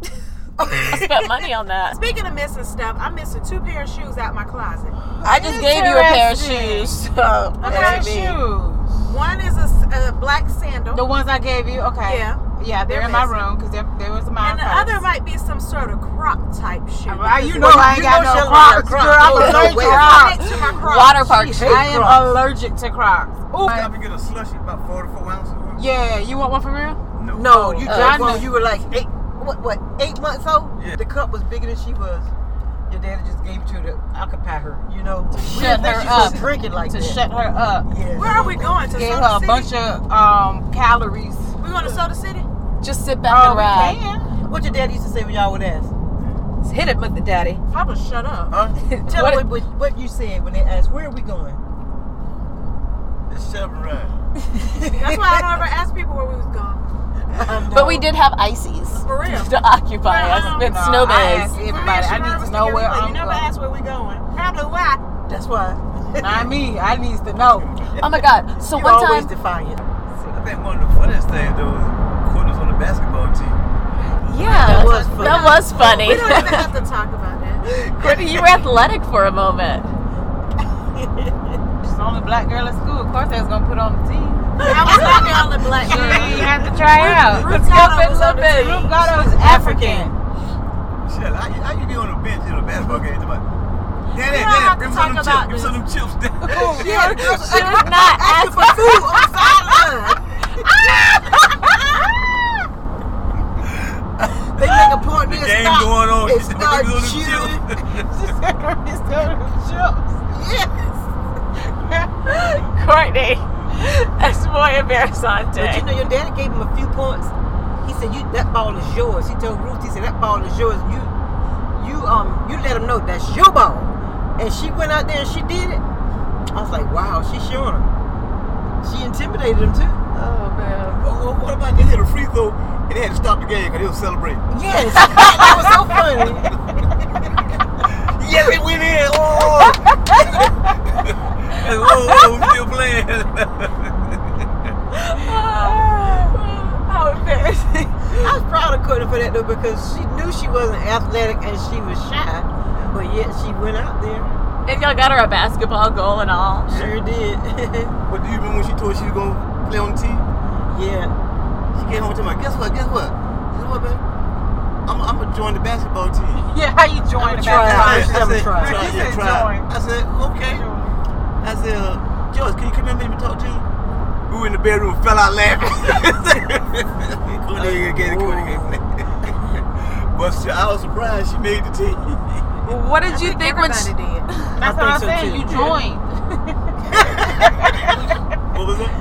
Speaker 1: I spent money on that.
Speaker 8: Speaking of missing stuff, I'm missing two pair of shoes out my closet.
Speaker 1: I just gave you a pair of shoes. So
Speaker 8: A pair of shoes. One is a, s- a black sandal.
Speaker 14: The ones I gave you, okay.
Speaker 8: Yeah.
Speaker 14: Yeah, they're in my room because there, there was mine.
Speaker 8: And the other might be some sort of crop type shoe.
Speaker 14: Well, you know I ain't got no Crocs, girl. I'm allergic to Crocs.
Speaker 8: Next to my Crocs.
Speaker 14: Water park shoes. I am allergic to Crocs.
Speaker 11: Ooh. Can we get a slushy about 44 ounces?
Speaker 14: Yeah, you want one for real?
Speaker 11: No.
Speaker 12: No, you
Speaker 14: Uh,
Speaker 12: drank
Speaker 14: I
Speaker 12: one.
Speaker 14: know.
Speaker 12: You were like eight, what, what, eight months old? The cup was bigger than she was. Your daddy just gave it to her to occupy her, you know? To
Speaker 14: shut her up.
Speaker 12: drinking like
Speaker 14: to
Speaker 12: that.
Speaker 14: shut her up.
Speaker 12: Yeah.
Speaker 8: Where are we going? To
Speaker 14: Gave
Speaker 8: Soda
Speaker 14: her a
Speaker 8: City?
Speaker 14: bunch of um, calories.
Speaker 8: We going to Soda City? Oh,
Speaker 1: Just sit
Speaker 14: back and
Speaker 12: we
Speaker 14: ride.
Speaker 12: can. What your daddy used to say when y'all would ask?
Speaker 1: Hit it with the daddy.
Speaker 8: Papa, shut up.
Speaker 12: Tell what, what, what you said when they asked, where are we going?
Speaker 11: It's Chevron.
Speaker 8: That's why I don't ever ask people where we was going.
Speaker 1: But we did have ices
Speaker 8: For real.
Speaker 1: to occupy us.
Speaker 12: Oh
Speaker 8: Um,
Speaker 1: It's been
Speaker 8: no,
Speaker 1: snow
Speaker 8: I
Speaker 1: days.
Speaker 8: ask everybody. I need to know where I'm You never ask where we going. I don't know why.
Speaker 12: That's why.
Speaker 14: Not me. I needs to know.
Speaker 1: Oh my God. So
Speaker 12: You
Speaker 1: one
Speaker 12: always
Speaker 1: time.
Speaker 12: defiant.
Speaker 11: I think one of the funniest things, though, was Courtney was on the basketball team.
Speaker 1: Yeah.
Speaker 11: That was funny.
Speaker 1: That was funny.
Speaker 11: We don't even
Speaker 8: have to talk about that.
Speaker 1: Courtney, you were athletic for a moment.
Speaker 14: She's the only black girl at school. Of course, they was gonna put on the team.
Speaker 8: I was not the only black
Speaker 14: She
Speaker 8: girl.
Speaker 14: didn't even have to try out.
Speaker 8: Ruth
Speaker 14: Let's go,
Speaker 8: Gatto
Speaker 14: Fit
Speaker 8: was on the
Speaker 14: Lopez.
Speaker 8: team.
Speaker 14: Ruth Gatto is African.
Speaker 11: Shell, how, you- how you be on the bench in a basketball game? Talking about, Daddy,
Speaker 14: We don't have to
Speaker 11: Daddy, bring me some of
Speaker 14: talk about
Speaker 11: them chips. Give me some of them chips, Daddy.
Speaker 14: Yeah, the girls-
Speaker 11: Shit.
Speaker 14: she was not
Speaker 11: Asking for food on the sideline.
Speaker 12: They make a point
Speaker 11: The
Speaker 12: to
Speaker 11: game
Speaker 12: stop.
Speaker 11: going on.
Speaker 12: They
Speaker 11: She said, "Give
Speaker 12: start
Speaker 11: me some
Speaker 12: cheering.
Speaker 11: of them chips."
Speaker 14: She said, "Give me some of them chips."
Speaker 12: Yes.
Speaker 14: Courtney. That's muy embarrassante.
Speaker 12: But you know, your daddy gave him a few points. He said, "You that ball is yours." He told Ruth, "He said that ball is yours. You, you um, you let him know that's your ball." And she went out there and she did it. I was like, "Wow, she showing him. She intimidated him too."
Speaker 14: Oh man.
Speaker 11: Oh, well, what about they hit a free throw and they had to stop the game because they was celebrating?
Speaker 12: Yes, that was so funny.
Speaker 11: yes, it went in. Oh, oh, oh we still playing.
Speaker 12: How embarrassing. I was proud of Courtney for that though because she knew she wasn't athletic and she was shy, but yet she went out there.
Speaker 14: And y'all got her a basketball goal and all.
Speaker 12: Sure did.
Speaker 11: but do you remember when she told she was going to play on the team?
Speaker 12: Yeah.
Speaker 11: She came home to my, guess what, guess what? Guess what, babe? I'm, I'm going to join the basketball team.
Speaker 14: Yeah, how you joined the
Speaker 12: I'm trying.
Speaker 11: I,
Speaker 14: basketball?
Speaker 11: said, I, said,
Speaker 12: Try.
Speaker 11: try,
Speaker 12: He
Speaker 11: yeah,
Speaker 12: said
Speaker 11: try.
Speaker 12: join.
Speaker 11: I said, okay. I said, uh, George, can you come in and talk to you? We were in the bedroom, fell out laughing. Go there, get it, go there. But she- I was surprised she made the team.
Speaker 14: What did you think when she
Speaker 8: did?
Speaker 14: That's
Speaker 11: I
Speaker 14: what I'm
Speaker 11: think so,
Speaker 14: saying.
Speaker 11: too.
Speaker 14: You joined.
Speaker 11: What was that?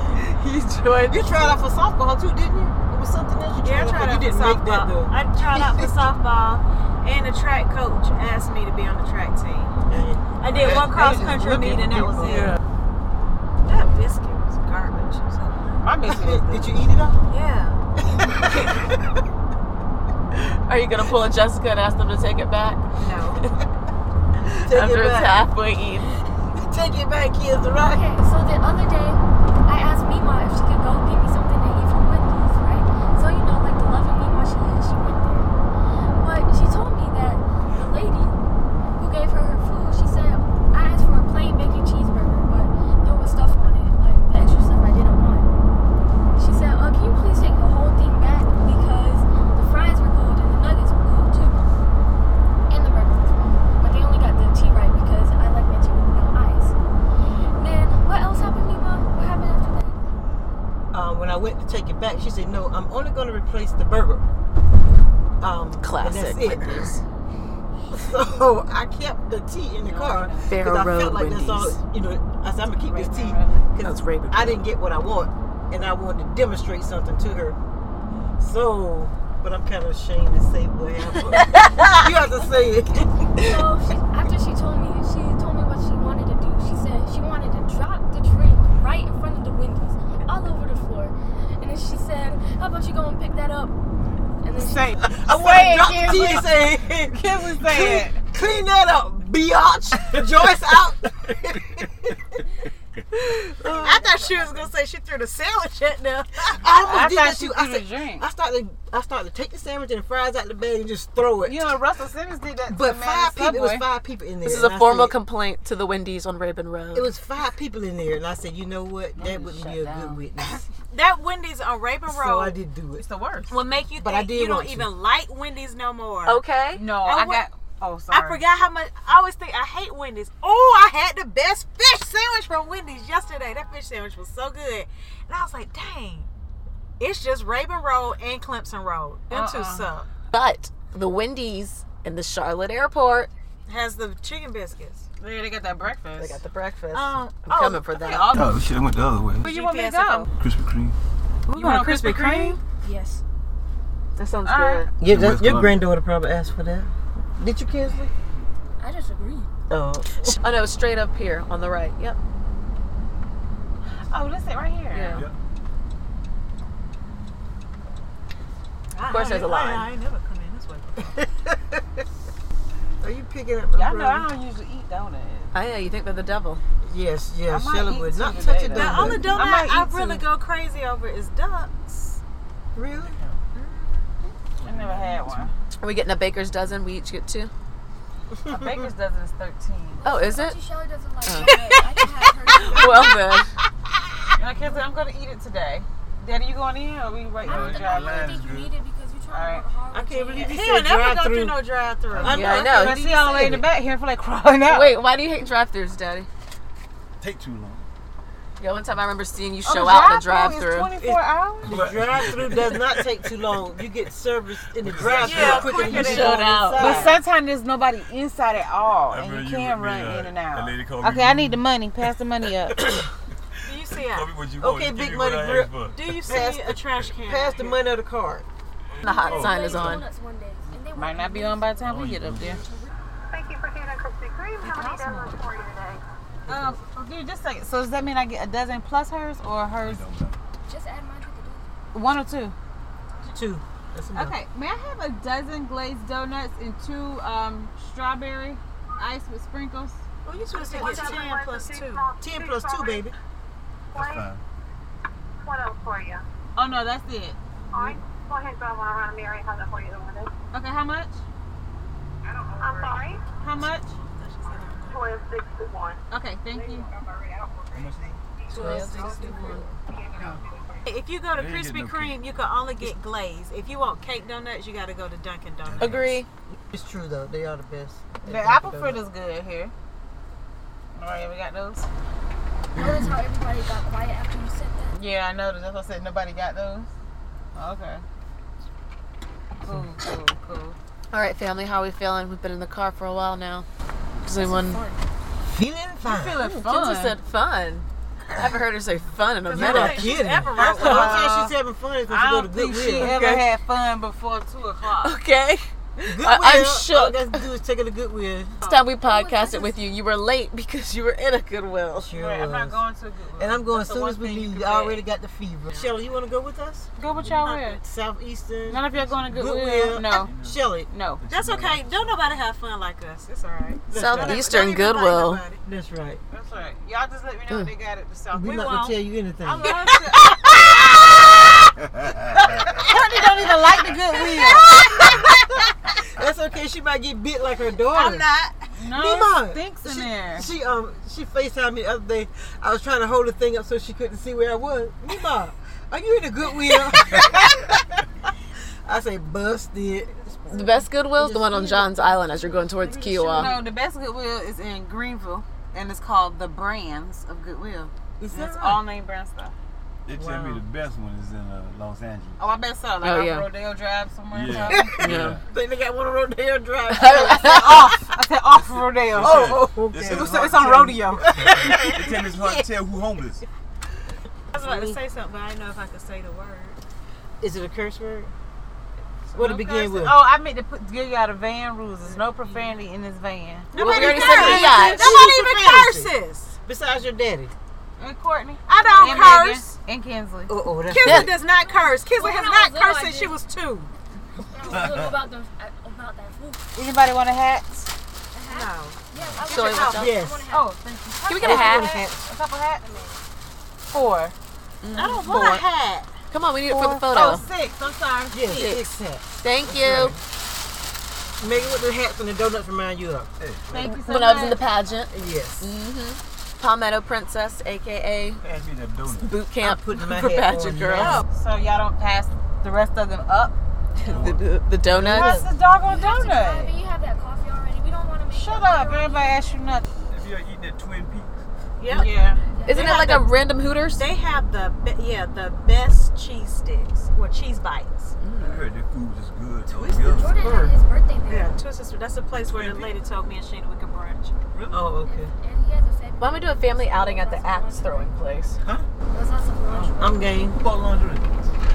Speaker 14: You joined.
Speaker 12: You tried out for softball too, didn't you? It was something else you
Speaker 8: Yeah,
Speaker 12: tried,
Speaker 8: I tried out
Speaker 12: out for. You
Speaker 8: for
Speaker 12: didn't make that
Speaker 8: softball.
Speaker 12: though.
Speaker 8: I tried out for softball, and the track coach asked me to be on the track team. I did
Speaker 12: They-
Speaker 8: one
Speaker 12: they
Speaker 8: cross
Speaker 12: just
Speaker 8: country
Speaker 12: look at
Speaker 8: meet, and that was
Speaker 12: people.
Speaker 8: it. That biscuit was garbage. So.
Speaker 12: I missed it. Did you eat it up?
Speaker 8: Yeah.
Speaker 14: Are you gonna pull a Jessica and ask them to take it back?
Speaker 8: No.
Speaker 12: Take
Speaker 14: After
Speaker 12: it
Speaker 14: it's
Speaker 12: back.
Speaker 14: halfway eaten.
Speaker 12: Take it back, kids. The rock.
Speaker 13: Okay, so the other day, I asked Mima if she could go get me something to eat from Wendy's, right? So, you know, like the loving Mima she is, she went there. But she told me that the lady who gave her her food, she said, I asked for a plain bacon cheeseburger, but there was stuff on it, like the extra stuff I didn't want. She said, uh, can you please take the whole thing back because the fries were cold and the nuggets were cold too. And the burger was cold. But they only got the tea right because I like my tea with no ice. Then what else happened, Mima? What happened after that?
Speaker 12: Um, when I went to take it back, she said, "No, I'm only going to replace the burger." Um,
Speaker 14: Classic.
Speaker 12: And that's it. So I kept the tea in the car
Speaker 1: Pharaoh
Speaker 12: I
Speaker 1: Road
Speaker 12: felt like that's
Speaker 1: Wendy's.
Speaker 12: all. You know, I said I'm gonna keep this tea because
Speaker 1: Raven
Speaker 12: I didn't get what I want, and I wanted to demonstrate something to her. So, but I'm kind of ashamed to say what happened. you have to say it.
Speaker 13: So she, after she told me, she told me what she wanted to do. She said she wanted to drop the drink right in front of the windows, all over the floor. And then she said, "How about you go and pick that up?" And then she,
Speaker 8: Say,
Speaker 12: I
Speaker 8: say it,
Speaker 12: want to drop the
Speaker 8: Kinsley.
Speaker 12: tea and say,
Speaker 8: Kinsley, say it.
Speaker 12: clean, clean that up, biatch. Joyce out.
Speaker 8: I thought she was gonna say she threw the sandwich at them.
Speaker 12: I almost
Speaker 8: I
Speaker 12: did
Speaker 8: thought
Speaker 12: that
Speaker 8: she
Speaker 12: too.
Speaker 8: threw
Speaker 12: I
Speaker 8: the
Speaker 12: said,
Speaker 8: drink.
Speaker 12: I started, I started to take the sandwich and the fries out the bag and just throw it.
Speaker 8: You know, Russell Simmons did that. to
Speaker 12: But
Speaker 8: the man
Speaker 12: five
Speaker 8: at
Speaker 12: people, it was
Speaker 8: Subway.
Speaker 12: five people in there.
Speaker 1: This is
Speaker 12: and
Speaker 1: a
Speaker 12: I
Speaker 1: formal
Speaker 12: said-
Speaker 1: complaint to the Wendy's on Raven Road.
Speaker 12: It was five people in there, and I said, you know what? That wouldn't be a good witness.
Speaker 8: That Wendy's on Raven Road
Speaker 12: so I did do it.
Speaker 14: the worst.
Speaker 8: will make you
Speaker 12: But I
Speaker 8: think
Speaker 12: did
Speaker 8: you don't
Speaker 12: want to.
Speaker 8: even like Wendy's no more.
Speaker 1: okay.
Speaker 14: No,
Speaker 8: I
Speaker 14: I,
Speaker 8: wa-
Speaker 14: got. Oh, sorry.
Speaker 8: I forgot how much. I always think I hate Wendy's. Oh, I had the best fish sandwich from Wendy's yesterday. That fish sandwich was so good, and I was like, dang. It's just Raven Road and Clemson Road. Them two
Speaker 14: Uh-uh.
Speaker 8: suck.
Speaker 1: But the Wendy's in the Charlotte airport.
Speaker 8: Has the chicken biscuits.
Speaker 14: Yeah, they got that breakfast.
Speaker 12: They got the breakfast.
Speaker 8: Um,
Speaker 1: I'm coming for that.
Speaker 11: Oh, shit, I went the other way.
Speaker 14: Where you want me to
Speaker 8: GPS
Speaker 14: go?
Speaker 11: Krispy Kreme.
Speaker 14: We going to Krispy Kreme?
Speaker 8: Yes.
Speaker 1: That sounds
Speaker 14: All right.
Speaker 1: good.
Speaker 12: yeah,
Speaker 11: West
Speaker 12: that, your
Speaker 11: Columbia.
Speaker 12: granddaughter probably asked for that. Did you, Kinsley?
Speaker 13: "I just agree."
Speaker 12: Oh,
Speaker 1: Oh no, straight up here on the right. Yep.
Speaker 14: Oh, that's it right here.
Speaker 1: Yeah.
Speaker 8: Of
Speaker 1: course there's a line.
Speaker 8: I ain't never come in this way. before.
Speaker 12: are you picking up? my
Speaker 14: Y'all know I
Speaker 12: brother?
Speaker 14: don't usually eat donuts.
Speaker 1: I know Ah, you think they're the devil.
Speaker 12: Yes,
Speaker 14: I
Speaker 12: yes.
Speaker 14: might
Speaker 12: Shella
Speaker 14: eat
Speaker 12: would
Speaker 14: two
Speaker 12: not
Speaker 14: today,
Speaker 12: touch a
Speaker 14: though.
Speaker 8: The only
Speaker 12: donut.
Speaker 8: donut
Speaker 14: might
Speaker 8: I,
Speaker 14: eat
Speaker 8: really
Speaker 14: two.
Speaker 8: go crazy over is ducks.
Speaker 12: Really?
Speaker 14: I never had one.
Speaker 1: Are we getting a baker's dozen? We each get two.
Speaker 14: A baker's dozen is 13.
Speaker 1: Oh, is it?
Speaker 13: She Shelly doesn't like it, but I can have her. too.
Speaker 1: Well then.
Speaker 14: And I can't say I'm going to eat it today. Daddy, you going in or we waiting
Speaker 13: I
Speaker 14: on the
Speaker 13: don't, think- I
Speaker 14: drive?
Speaker 13: don't think you need it because you trying to work hard.
Speaker 12: I
Speaker 13: with
Speaker 12: can't
Speaker 13: your
Speaker 12: believe
Speaker 13: ass.
Speaker 12: you
Speaker 8: He'll
Speaker 12: said
Speaker 8: never
Speaker 12: drive
Speaker 8: go through
Speaker 12: through.
Speaker 8: no drive through.
Speaker 1: Yeah, I know.
Speaker 12: can't
Speaker 14: I
Speaker 12: believe
Speaker 14: see
Speaker 12: you
Speaker 14: all the way
Speaker 12: said
Speaker 14: in the
Speaker 12: it.
Speaker 14: back here for like crawling out.
Speaker 1: Wait, why do you hate drive-throughs, Daddy?
Speaker 11: Take too long.
Speaker 1: The only time I remember seeing you
Speaker 8: Oh,
Speaker 1: show out in the
Speaker 14: It's
Speaker 1: drive-through.
Speaker 14: 24 hours?
Speaker 12: The drive-through does not take too long. You get service in the drive-through
Speaker 8: Yeah,
Speaker 12: quicker than you
Speaker 8: quicker than
Speaker 12: shut
Speaker 1: out.
Speaker 12: out.
Speaker 14: But sometimes there's nobody inside at all,
Speaker 11: I
Speaker 14: and
Speaker 11: remember
Speaker 14: you
Speaker 11: you
Speaker 14: can
Speaker 11: with me,
Speaker 14: run
Speaker 11: uh,
Speaker 14: in and
Speaker 11: that
Speaker 14: out.
Speaker 11: lady called me
Speaker 14: Okay, I
Speaker 11: Rudy.
Speaker 14: need the money. Pass the money up.
Speaker 8: You
Speaker 12: see it.
Speaker 11: what you want.
Speaker 12: Okay,
Speaker 11: Give
Speaker 12: big
Speaker 11: me
Speaker 12: money
Speaker 11: what I
Speaker 12: grip.
Speaker 11: asked for.
Speaker 12: Do you see a trash can? Pass the money or the card.
Speaker 8: The hot sign is on.
Speaker 12: Might not be on by the time we get up there.
Speaker 15: Thank you for choosing Krispy Kreme. How many dozen for you today?
Speaker 8: Um, dude, just a second. So does that mean I get a dozen plus hers or hers?
Speaker 13: Just add mine to the dozen.
Speaker 8: One or two?
Speaker 12: Two.
Speaker 8: Okay, may I have a dozen glazed donuts and two um, strawberry ice with sprinkles?
Speaker 12: Well, Oh, you supposed to get 10 plus 2. 10 plus 2, baby.
Speaker 15: What else for you?
Speaker 8: Oh, no, that's it.
Speaker 15: All right. Go ahead and grab one around Mary. How's that for you? Linda?
Speaker 8: Okay, how much?
Speaker 15: I'm sorry.
Speaker 8: How much?
Speaker 15: Twelve sixty-one.
Speaker 8: Okay, thank you.
Speaker 12: If you go to
Speaker 8: They ain't getting
Speaker 12: Krispy
Speaker 8: no
Speaker 12: Kreme, you can only get glaze. If you want cake donuts, you got to go to Dunkin' Donuts.
Speaker 8: Agree.
Speaker 12: It's true though. They are the best.
Speaker 8: The apple fruit is good here. All right, we got those.
Speaker 13: Notice how everybody got quiet after you said that.
Speaker 8: Yeah, I noticed. That's what I said. Nobody got those. Okay. Cool, cool, cool. All right, family, how we feeling? We've been in the car for a while now. Does anyone
Speaker 12: feeling
Speaker 8: fun? Feeling
Speaker 12: Ooh,
Speaker 8: fun.
Speaker 12: Kinsley said
Speaker 8: fun. I haven't heard her say fun in a
Speaker 12: minute. Ever right? The only time she's having fun is when she
Speaker 8: I
Speaker 12: go to
Speaker 8: don't think
Speaker 12: Goodwill.
Speaker 8: she ever had fun before two o'clock.
Speaker 1: Okay.
Speaker 12: Goodwill.
Speaker 1: I- I'm
Speaker 12: All I
Speaker 1: shook.
Speaker 12: got to do is take her to Goodwill.
Speaker 1: Last time we podcasted with you, you were late because you were in a Goodwill.
Speaker 8: Oh,
Speaker 12: Right, I'm not
Speaker 8: going to Goodwill.
Speaker 12: And I'm going
Speaker 1: That's the
Speaker 12: as soon
Speaker 1: one
Speaker 12: as we
Speaker 1: thing you
Speaker 12: leave.
Speaker 1: can
Speaker 12: I already
Speaker 1: say.
Speaker 12: got the fever. Shelly, you want to go with us?
Speaker 8: Go with y'all where?
Speaker 12: Southeastern.
Speaker 8: None of y'all going to Goodwill?
Speaker 12: No.
Speaker 8: No.
Speaker 12: Shelly.
Speaker 8: No.
Speaker 12: That's okay. Don't nobody have fun like us. It's all right.
Speaker 1: Southeastern Goodwill.
Speaker 12: That's right.
Speaker 8: That's right. Y'all just let me know if they got it the south.
Speaker 12: We're
Speaker 8: We
Speaker 12: not
Speaker 8: won't.
Speaker 12: gonna tell you anything.
Speaker 8: I love Courtney don't even like the
Speaker 12: Goodwill. That's okay. She might get bit like her daughter.
Speaker 8: I'm not. No,
Speaker 12: Nima,
Speaker 8: it stinks in
Speaker 12: she,
Speaker 8: there.
Speaker 12: She um she Facetimed me the other day. I was trying to hold the thing up so she couldn't see where I was. Nima, are you in the Goodwill? I say busted.
Speaker 1: The best Goodwill is the one on John's Island as you're going towards Kiowa.
Speaker 8: No, the best Goodwill is in Greenville, and it's called the Brands of Goodwill.
Speaker 12: Is
Speaker 8: it's all name brand stuff.
Speaker 11: They tell me the best one is in uh, Los Angeles.
Speaker 8: Oh, I bet so. Like
Speaker 11: Oh,
Speaker 8: on
Speaker 11: yeah.
Speaker 8: Rodeo Drive somewhere.
Speaker 11: Yeah.
Speaker 8: Yeah.
Speaker 11: Yeah.
Speaker 12: Think they got one on Rodeo Drive.
Speaker 8: I said off. I said off Rodeo.
Speaker 12: Oh, oh, okay.
Speaker 8: It's,
Speaker 12: It's
Speaker 8: it's on Rodeo.
Speaker 11: it's in this hard to tell who homeless.
Speaker 12: I was about to say something, but I didn't know if I could say the word. Is it a curse word? What to
Speaker 8: No
Speaker 12: begin
Speaker 8: cursing.
Speaker 12: with?
Speaker 8: Oh, I meant to put, give y'all the van rules. There's no profanity in this van.
Speaker 12: Nobody
Speaker 8: Nobody
Speaker 12: curses.
Speaker 8: curses.
Speaker 12: Nobody even curses. Besides your daddy.
Speaker 8: And Courtney.
Speaker 12: I don't
Speaker 8: and
Speaker 12: curse.
Speaker 8: Megan, and Kinsley.
Speaker 12: Oh, oh, that's
Speaker 8: Kinsley
Speaker 12: right.
Speaker 8: does not curse.
Speaker 12: Kinsley
Speaker 8: Well,
Speaker 12: has
Speaker 8: when I was
Speaker 12: not
Speaker 8: little,
Speaker 12: cursed
Speaker 8: I
Speaker 12: since
Speaker 8: did.
Speaker 12: she was two.
Speaker 13: about the about that food.
Speaker 8: Anybody want a hat?
Speaker 12: No.
Speaker 13: Yeah,
Speaker 8: So
Speaker 13: I want
Speaker 8: it was-
Speaker 13: to
Speaker 8: Yes.
Speaker 13: Oh,
Speaker 8: thank you.
Speaker 13: Can we get a hat?
Speaker 8: A couple hats? Four.
Speaker 1: I want a
Speaker 8: don't
Speaker 1: Four.
Speaker 8: hat.
Speaker 1: Come on, we need it for the photo.
Speaker 8: Oh, six. I'm sorry.
Speaker 12: Yes,
Speaker 8: Six.
Speaker 12: six hats.
Speaker 1: Thank
Speaker 12: That's
Speaker 1: you.
Speaker 12: right. Megan, what the hats and the donuts remind you of?
Speaker 8: Thank you so
Speaker 1: When I was in the
Speaker 8: much.
Speaker 1: pageant.
Speaker 12: Yes.
Speaker 8: Mm.
Speaker 1: hmm Palmetto Princess, aka
Speaker 11: Pass me that donut.
Speaker 1: boot camp for
Speaker 11: my hat
Speaker 1: pageant
Speaker 11: on
Speaker 1: girls.
Speaker 8: So y'all don't pass the rest of them up?
Speaker 1: the, the, the
Speaker 8: What's
Speaker 1: donuts.
Speaker 8: the doggone donut?
Speaker 13: Abby, you have that coffee already. We don't want to make
Speaker 8: Shut
Speaker 13: that
Speaker 8: up. Everybody ask you nothing.
Speaker 11: If you are eating at Twin Peaks,
Speaker 12: Yep.
Speaker 8: Yeah.
Speaker 1: Isn't it like a random Hooters?
Speaker 12: They have the be- yeah the best cheese sticks or cheese bites.
Speaker 11: I heard that food is good.
Speaker 12: Twisted
Speaker 11: Yeah.
Speaker 13: Jordan had his birthday there.
Speaker 12: Yeah, Twisted Sister. That's the place where the lady told me and Shana we could brunch. Oh, okay.
Speaker 13: And he has a
Speaker 1: Why don't we do a family outing at the axe throwing place?
Speaker 12: Huh?
Speaker 13: Let's have some lunch.
Speaker 12: I'm game. What lingerie?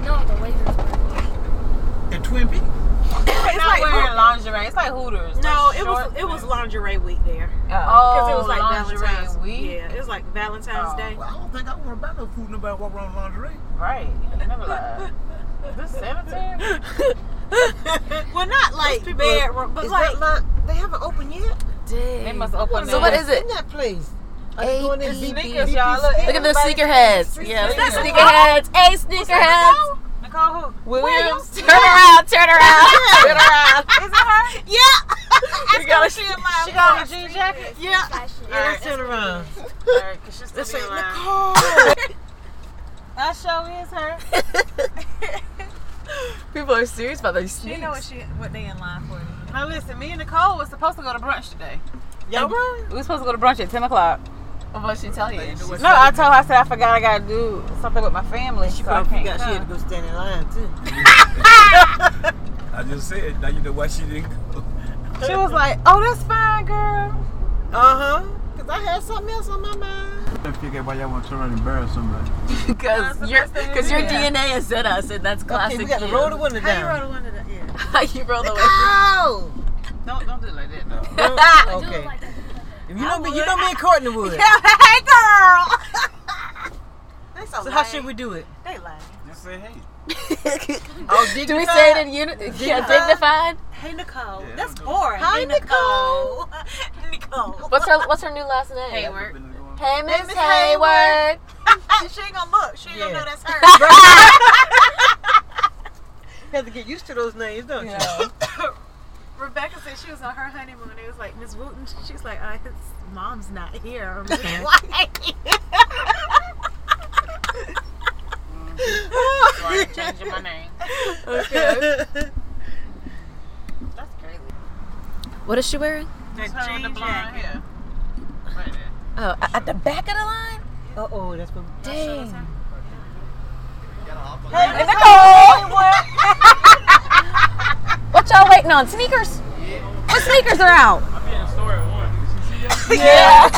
Speaker 13: No, the waiters.
Speaker 12: At Twin Peaks?
Speaker 8: It's
Speaker 12: Not
Speaker 8: like
Speaker 12: wearing
Speaker 8: wearing lingerie. It's like Hooters.
Speaker 12: No,
Speaker 8: Like
Speaker 12: it was
Speaker 8: short-
Speaker 12: it was lingerie week there.
Speaker 8: Oh.
Speaker 12: Because it was like
Speaker 8: Oh, lingerie
Speaker 12: Valentine's
Speaker 8: week?
Speaker 12: Yeah, it was like Valentine's
Speaker 8: Oh,
Speaker 12: Day.
Speaker 11: I don't think I want to buy no food. Nobody walk around lingerie.
Speaker 8: Right. You never lie. This cemetery?
Speaker 12: well, not like
Speaker 8: people are-
Speaker 12: bad, but
Speaker 8: is
Speaker 12: like
Speaker 8: that
Speaker 12: they haven't opened yet.
Speaker 8: They must open
Speaker 1: So what is it?
Speaker 12: In that place.
Speaker 1: A, B, B, B, C. Look at the sneakerheads. Yeah, look at the sneakerheads. Hey, sneakerheads.
Speaker 8: Nicole who?
Speaker 1: Williams. Turn around, turn around, turn around.
Speaker 8: Is it her?
Speaker 1: Yeah. we gotta, she
Speaker 8: She got on a jean jacket?
Speaker 12: Yeah. Yeah,
Speaker 8: Alright.
Speaker 12: turn around.
Speaker 8: Alright, 'cause she's
Speaker 12: Let's
Speaker 8: still
Speaker 12: say
Speaker 8: be around.
Speaker 12: Nicole.
Speaker 8: That show is her.
Speaker 1: People are serious about these sneaks.
Speaker 8: she what they in line for. Now listen, me and Nicole was supposed to go to brunch today.
Speaker 12: Y'all
Speaker 8: And We were supposed to go to brunch at ten o'clock.
Speaker 1: What she tell you?
Speaker 8: No, I told her I said I forgot I gotta do something with my family. She so I
Speaker 12: I
Speaker 8: can't
Speaker 12: forgot she had to
Speaker 8: come.
Speaker 12: go stand in line too.
Speaker 11: I just said. Now you know why she didn't go.
Speaker 8: She was like, "Oh, that's fine, girl."
Speaker 12: Uh-huh. Uh huh. Cause I had something else on my mind.
Speaker 11: I figure why y'all want to turn around and bury somebody.
Speaker 1: Because your because your DNA is in us, and that's classic.
Speaker 12: we gotta
Speaker 1: you.
Speaker 12: roll the window
Speaker 8: How you
Speaker 12: down.
Speaker 8: roll the window down? Yeah.
Speaker 1: you roll the
Speaker 12: Go!
Speaker 8: Don't don't do it like that. No.
Speaker 12: Don't- okay. If you know me, you know me and Courtney would.
Speaker 8: hey girl.
Speaker 12: so how should we do it?
Speaker 8: They lying. Just say hey.
Speaker 12: Oh,
Speaker 1: Do we say it in uni- yeah, dignified?
Speaker 8: Hey Nicole.
Speaker 1: Yeah,
Speaker 8: That's
Speaker 1: don't do it.
Speaker 8: boring.
Speaker 1: Hi,
Speaker 8: hey, Nicole. Nicole.
Speaker 1: What's her What's her new last name?
Speaker 8: Hayward.
Speaker 1: Hey,
Speaker 8: Hey,
Speaker 1: Miss
Speaker 8: Miss
Speaker 1: Hayward.
Speaker 8: she ain't gonna look. She ain't gonna know that's her.
Speaker 12: You have to get used to those names, don't you?
Speaker 8: Rebecca said she was on her honeymoon. It was like Miss Wooten. She's like, uh, his mom's not here.
Speaker 12: Okay.
Speaker 8: Why?
Speaker 12: Sorry, changing my name.
Speaker 8: Okay.
Speaker 12: That's crazy.
Speaker 1: What is she wearing?
Speaker 12: Just her with the blonde hair.
Speaker 1: Oh, a- at the back of the line.
Speaker 12: Uh oh, that's what.
Speaker 1: Dang.
Speaker 12: Hey,
Speaker 1: Nicole. What y'all waiting on? Sneakers. What sneakers are out?
Speaker 8: I'm in the store at one.
Speaker 1: Yeah.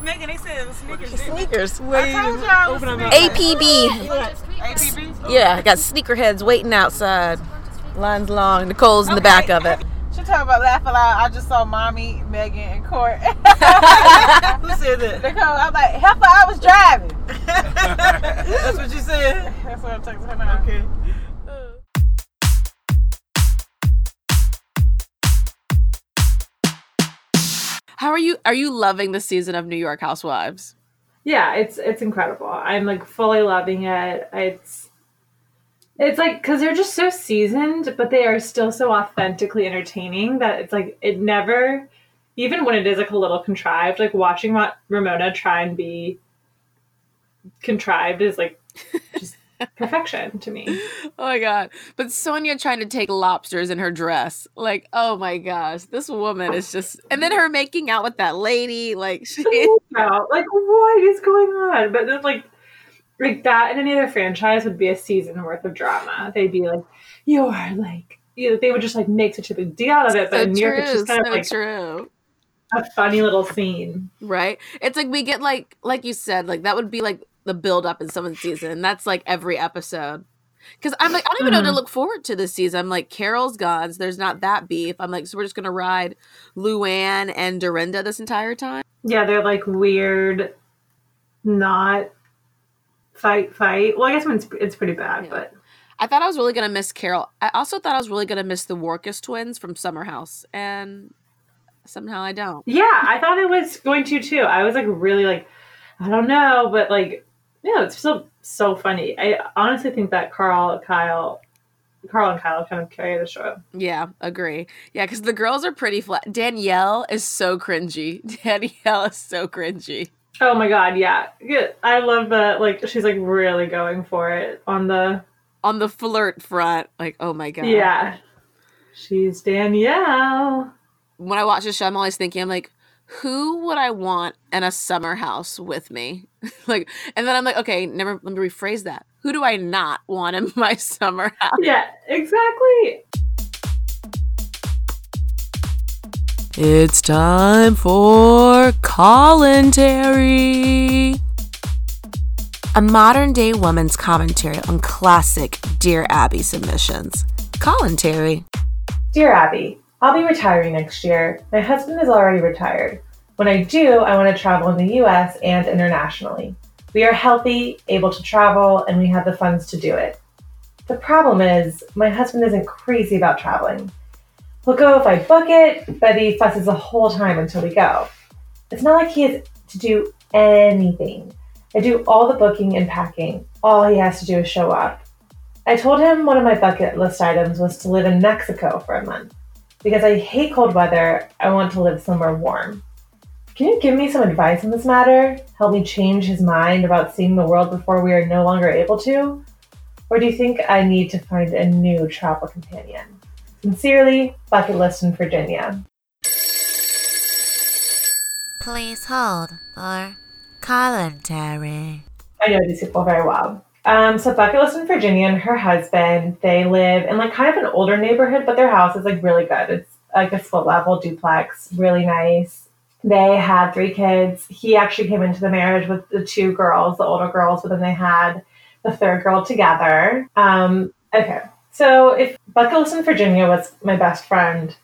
Speaker 8: Nigga, they said it was sneakers.
Speaker 1: Sneakers.
Speaker 8: I told y'all it was
Speaker 1: APB.
Speaker 8: APB.
Speaker 1: Yeah, I got sneakerheads waiting outside. Lines long. Nicole's in the back of it.
Speaker 8: She talking about laugh aloud. I just saw mommy, Megan, and Court.
Speaker 12: Who said that?
Speaker 8: Nicole, I'm like, heifer, I was driving.
Speaker 12: That's what you said.
Speaker 8: That's what I'm texting her now. Okay.
Speaker 1: How are you? Are you loving the season of New York Housewives?
Speaker 5: yeah it's it's incredible i'm like fully loving it it's it's like because they're just so seasoned but they are still so authentically entertaining that it's like it never even when it is like a little contrived like watching Ra- ramona try and be contrived is like just perfection to me
Speaker 1: Oh my god! But Sonia trying to take lobsters in her dress. Like, oh my gosh, this woman is just. And then her making out with that lady. Like, she.
Speaker 5: out. Like, what is going on? But then, like, like that in any other franchise would be a season worth of drama. They'd be like, "You are like," you know, they would just like make such a big deal out of it. But
Speaker 1: So
Speaker 5: in New York, it's
Speaker 1: true.
Speaker 5: just kind
Speaker 1: So
Speaker 5: of like
Speaker 1: true.
Speaker 5: a funny little scene.
Speaker 1: Right? It's like we get like like you said, like that would be like the build up in someone's season. and That's like every episode. Cause I'm like, I don't even know what
Speaker 5: Mhm.
Speaker 1: to look forward to this season. I'm like, Carol's gone, so there's not that beef. I'm like, so we're just gonna ride Luann and Dorinda this entire time.
Speaker 5: Yeah, they're like weird, not fight fight. Well, I guess when it's it's pretty bad, but
Speaker 1: I thought I was really gonna miss Carol. I also thought I was really gonna miss the Warkus twins from Summer House, and somehow I don't.
Speaker 5: yeah, I thought it was going to too. I was like really like, I don't know, but like, no, it's still so funny. I honestly think that Carl, Kyle, Carl and Kyle kind of carry the show.
Speaker 1: Yeah, agree. Yeah, because the girls are pretty flat. Danielle is so cringy. Danielle is so cringy.
Speaker 5: Oh my god, yeah, yeah. I love that. Like she's like really going for it on the
Speaker 1: on the flirt front. Like, oh my god.
Speaker 5: Yeah, she's Danielle.
Speaker 1: When I watch the show, I'm always thinking, I'm like, who would I want in a summer house with me? like, and then I'm like, okay, never. Let me rephrase that. Who do I not want in my summer house?
Speaker 5: Yeah, exactly.
Speaker 7: It's time for Colin Terry.
Speaker 1: A modern day woman's commentary on classic Dear Abby submissions. Commentary.
Speaker 3: Dear Abby, I'll be retiring next year. My husband is already retired. When I do, I want to travel in the US and internationally. We are healthy, able to travel, and we have the funds to do it. The problem is, my husband isn't crazy about traveling. He'll go if I book it, but he fusses the whole time until we go. It's not like he has to do anything. I do all the booking and packing. All he has to do is show up. I told him one of my bucket list items was to live in Mexico for a month. Because I hate cold weather, I want to live somewhere warm. Can you give me some advice on this matter? Help me change his mind about seeing the world before we are no longer able to? Or do you think I need to find a new travel companion? Sincerely, Bucket List in Virginia.
Speaker 2: Please hold for commentary.
Speaker 3: I know these people very well. Um, so Bucket List in Virginia and her husband, they live in like kind of an older neighborhood, but their house is like really good. It's like a split level duplex, really nice. They had three kids. He actually came into the marriage with the two girls, the older girls, but then they had the third girl together. Um, okay. So if Buckalus Virginia was my best friend,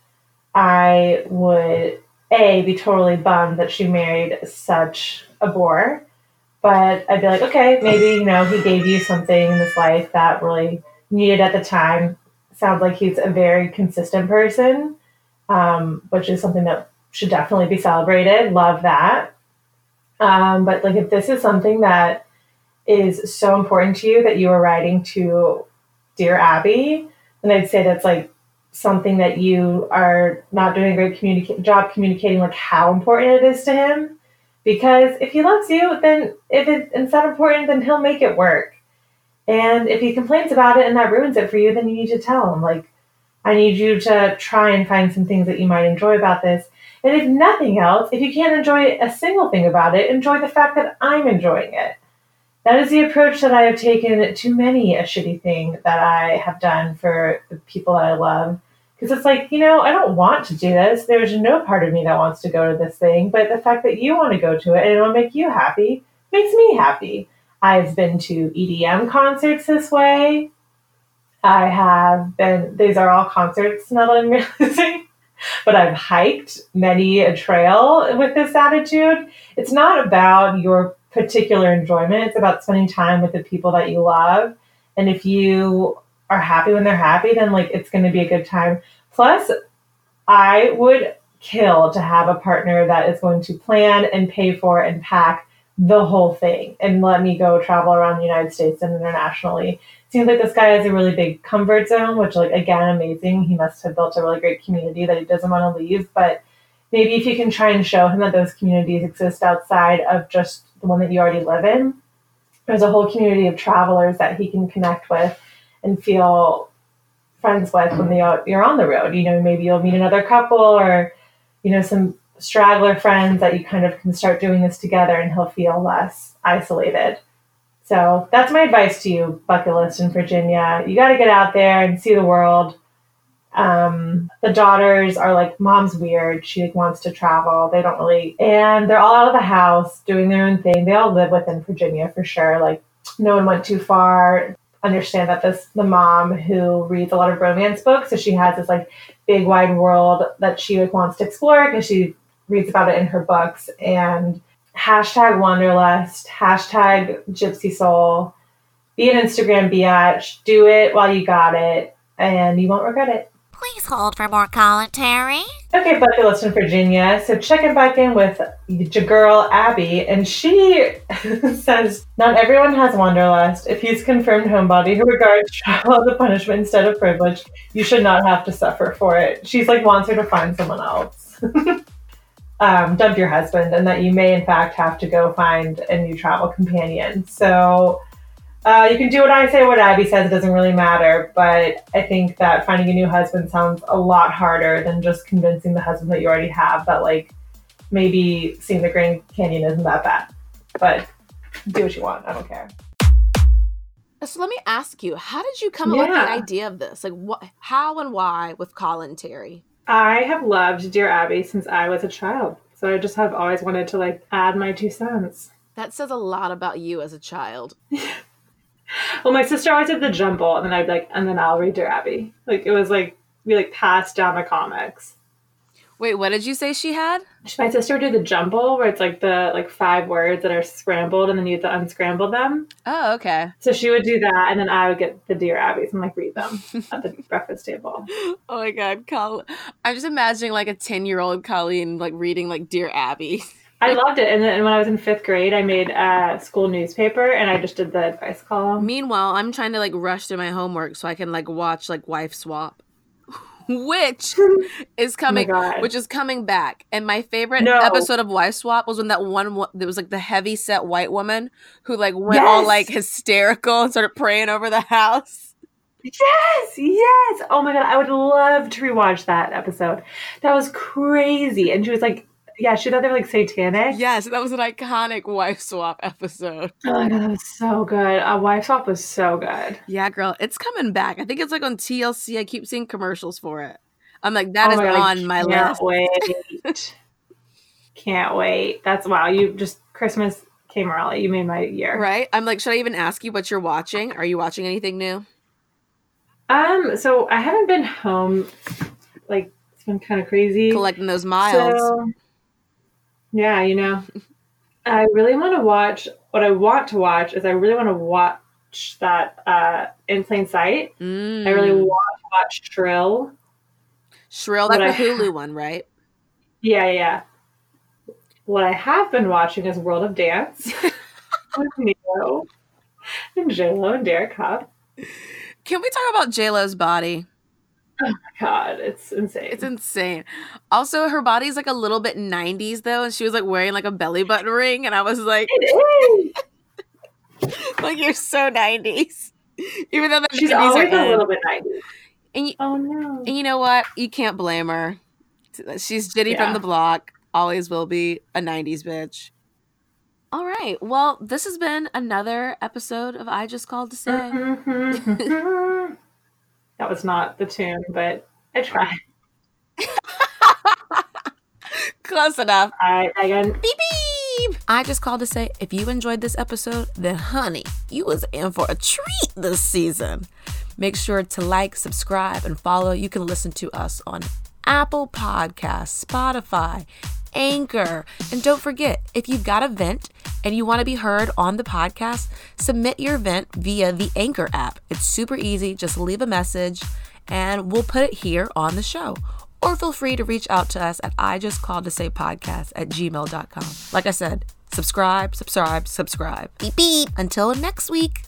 Speaker 3: I would A, be totally bummed that she married such a bore. But I'd be like, okay, maybe, you know, he gave you something in his life that really needed at the time. Sounds like he's a very consistent person, um, which is something that should definitely be celebrated. Love that. Um, but like, if this is something that is so important to you that you are writing to Dear Abby, then I'd say that's like something that you are not doing a great communica- job communicating, like how important it is to him. Because if he loves you, then if it- it's not important, then he'll make it work. And if he complains about it and that ruins it for you, then you need to tell him, like, I need you to try and find some things that you might enjoy about this. And if nothing else, if you can't enjoy a single thing about it, enjoy the fact that I'm enjoying it. That is the approach that I have taken to many a shitty thing that I have done for the people that I love. Because it's like, you know, I don't want to do this. There's no part of me that wants to go to this thing, but the fact that you want to go to it and it'll make you happy makes me happy. I've been to EDM concerts this way. I have been, these are all concerts now that I'm realizing, but I've hiked many a trail with this attitude. It's not about your particular enjoyment, it's about spending time with the people that you love. And if you are happy when they're happy, then like it's going to be a good time. Plus, I would kill to have a partner that is going to plan and pay for and pack the whole thing and let me go travel around the United States and internationally. Seems like this guy has a really big comfort zone, which like again amazing. He must have built a really great community that he doesn't want to leave, but maybe if you can try and show him that those communities exist outside of just the one that you already live in, there's a whole community of travelers that he can connect with and feel friends with when they are, you're on the road. You know, maybe you'll meet another couple or, you know, some straggler friends that you kind of can start doing this together and he'll feel less isolated. So that's my advice to you, bucket list in Virginia. You got to get out there and see the world. Um, the daughters are like, mom's weird. She like, wants to travel. They don't really, and they're all out of the house doing their own thing. They all live within Virginia for sure. Like, no one went too far. Understand that this the mom who reads a lot of romance books, so she has this like big wide world that she like wants to explore because she reads about it in her books. And hashtag wanderlust, hashtag gypsy soul. Be an Instagram biatch. Do it while you got it, and you won't regret it.
Speaker 2: Please hold for more commentary.
Speaker 3: Okay, Buffy lives in Virginia. So checking back in with your girl Abby, and she says, "Not everyone has wanderlust. If he's confirmed homebody who regards travel as a punishment instead of privilege, you should not have to suffer for it." She's like wants her to find someone else, um, dump your husband, and that you may in fact have to go find a new travel companion. So uh, you can do what I say, what Abby says. It doesn't really matter. But I think that finding a new husband sounds a lot harder than just convincing the husband that you already have that, like, maybe seeing the Grand Canyon isn't that bad. But do what you want. I don't care.
Speaker 1: So let me ask you, how did you come up with the
Speaker 3: Yeah.
Speaker 1: idea of this? Like, what, how, and why with Colin Terry?
Speaker 3: I have loved Dear Abby since I was a child. So I just have always wanted to, like, add my two cents.
Speaker 1: That says a lot about you as a child.
Speaker 3: Well, my sister always did the jumble, and then I'd like, and then I'll read Dear Abby. Like it was like we like passed down the comics.
Speaker 1: Wait, what did you say she had?
Speaker 3: My sister would do the jumble, where it's like the like five words that are scrambled, and then you have to unscramble them.
Speaker 1: Oh, okay.
Speaker 3: So she would do that, and then I would get the Dear Abbeys and like read them at the breakfast table.
Speaker 1: Oh my God, Colin! I'm just imagining like a ten-year-old Colleen like reading like Dear Abby.
Speaker 3: I loved it, and then when I was in fifth grade, I made a school newspaper, and I just did the advice column.
Speaker 1: Meanwhile, I'm trying to like rush through my homework so I can like watch like Wife Swap, which is coming,
Speaker 3: Oh God.
Speaker 1: which is coming back. And my favorite
Speaker 3: No.
Speaker 1: episode of Wife Swap was when that one wo- there was like the heavy set white woman who like went all
Speaker 3: Yes.
Speaker 1: like hysterical and started praying over the house.
Speaker 3: Yes, yes. Oh my god, I would love to rewatch that episode. That was crazy. And she was like, yeah, she thought they were like satanic.
Speaker 1: Yes, that was an iconic Wife Swap episode.
Speaker 3: Oh my god, that was so good. A wife swap was so good.
Speaker 1: Yeah, girl, it's coming back. I think it's like on TLC. I keep seeing commercials for it. I'm like, that
Speaker 3: Oh
Speaker 1: is
Speaker 3: God, I
Speaker 1: on my list.
Speaker 3: can't Wait. Can't wait. That's wow. You just Christmas came early. You made my year.
Speaker 1: Right? I'm like, should I even ask you what you're watching? Are you watching anything new?
Speaker 3: Um, so I haven't been home. Like it's been kind of crazy.
Speaker 1: Collecting those miles.
Speaker 3: So, yeah, you know, I really want to watch. What I want to watch is I really want to watch that uh, in plain sight.
Speaker 1: Mm.
Speaker 3: I really want to watch Shrill.
Speaker 1: Shrill,
Speaker 3: What
Speaker 1: that's
Speaker 3: I-
Speaker 1: the Hulu one, right?
Speaker 3: Yeah, yeah. What I have been watching is World of Dance with Neo and J Lo and Derek Huff.
Speaker 1: Can we talk about J Lo's body?
Speaker 3: Oh my god, it's insane.
Speaker 1: It's insane. Also, her body's like a little bit '90s though, and she was like wearing like a belly button ring, and I was like,
Speaker 3: it
Speaker 1: is. like you're so '90s, even though the
Speaker 3: She's
Speaker 1: 90s are
Speaker 3: always a
Speaker 1: in.
Speaker 3: little bit nineties.
Speaker 1: And you,
Speaker 3: oh no.
Speaker 1: And you know what? You can't blame her. She's Jenny
Speaker 3: Yeah.
Speaker 1: from the block. Always will be a '90s bitch. All right. Well, this has been another episode of I Just Called to Say.
Speaker 3: That was not the tune, but I tried.
Speaker 1: Close enough.
Speaker 3: All right, Megan. Beep
Speaker 1: beep. I just called to say if you enjoyed this episode, then honey, you was in for a treat this season. Make sure to like, subscribe, and follow. You can listen to us on Apple Podcasts, Spotify, Anchor. And don't forget, if you've got a vent and you want to be heard on the podcast, submit your vent via the Anchor app. It's super easy. Just leave a message and we'll put it here on the show. Or feel free to reach out to us at I just called to say podcast at gmail.com. Like I said, subscribe, subscribe, subscribe. Beep beep. Until next week.